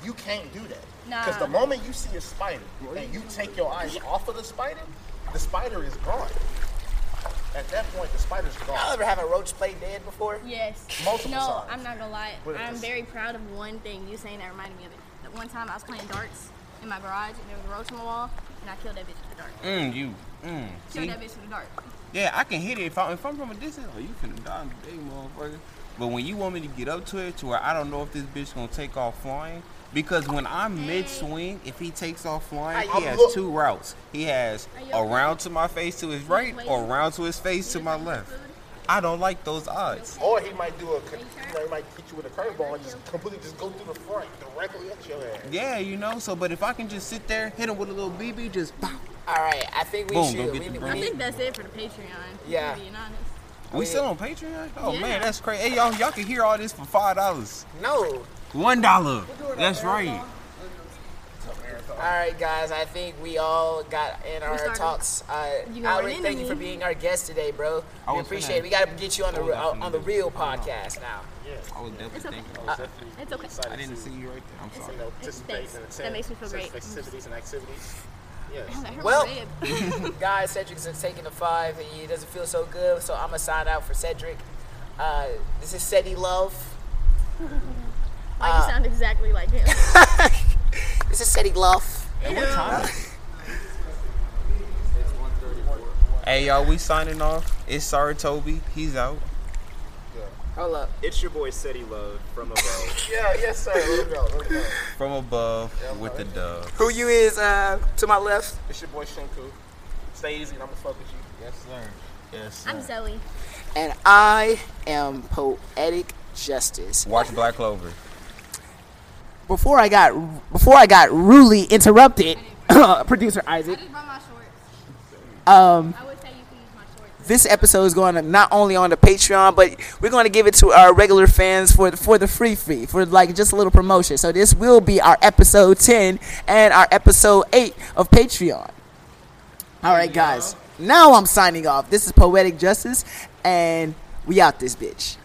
You can't do that. Because
Nah.
the moment you see a spider and you take your eyes off of the spider, the spider is gone. At that point, the spider's
Y'all
gone.
ever have a roach play dead before?
Yes.
Multiple
no,
times.
I'm not gonna lie.
What
I'm
else?
very proud of one thing. You saying that reminded me of it. That one time I was playing darts in my garage and there was a roach on the wall and I killed that bitch with a dart.
Mm, you. Mm.
Killed
See,
that bitch with a dart.
yeah, I can hit it if, I, if I'm from a distance. Oh, you finna die today, motherfucker. But when you want me to get up to it, to where I don't know if this bitch gonna take off flying, because when I'm mid swing, if he takes off flying,
I-
he
I
has
look-
two routes. He has
Are you
a
okay?
round to my face to his right, or a round to his face to my left. I don't like those odds.
Or he might do a, you know, he might hit you with a curveball and just completely just go through the front directly at your head.
Yeah, you know. So, but if I can just sit there, hit him with a little BB, just pow.
All right, I think we
Boom, go
should.
get
We,
the
we
broom.
I
need-
think that's it for the Patreon.
Yeah.
To be honest.
We still on Patreon? Oh
Yeah.
man, that's crazy. Hey y'all, y'all can hear all this for five dollars,
no.
one dollar. That's right.
All right, guys. I think we all got in our
started.
talks. Uh,
You are
Alric,
an
thank you for
enemy.
being our guest today, bro.
I
We
was
appreciate it.
finna-
We got to get you on the
I was
re- uh,
finna
on the
do-
real podcast now.
I was definitely
It's okay.
thinking.
It's okay.
I didn't see you right there. I'm sorry.
You know,
It's
participate
thanks.
in the
That makes me feel great.
Festivities and activities. Yes.
I hurt my
Well-
rib.
guys, Cedric's is taking a five. He doesn't feel so good, so I'm gonna sign out for Cedric. Uh, this is Seti Love.
Why you sound exactly like him?
This is Seti Love.
Hey y'all, we signing off. It's Sorry Toby. He's out.
Hold up.
It's your boy Seti Love from above.
Yeah, yes, sir. Let me know, let me know.
From above with the dove.
Who you is uh, to my left?
It's your boy Shinku. Stay easy and I'm gonna fuck with you. Yes, sir. Yes, sir.
I'm Zoe.
And I am Poetic Justice.
Watch Black Clover.
before I got before I got rudely
[COUGHS]
interrupted, producer
I
Isaac.
just brought my shorts.
Um,
I would say you can use my shorts.
this episode is going to not only on the Patreon, but we're going to give it to our regular fans for for the free free for like just a little promotion. So this will be our episode ten and our episode eight of Patreon. All right, guys. Now I'm signing off. This is Poetic Justice, and we out this bitch.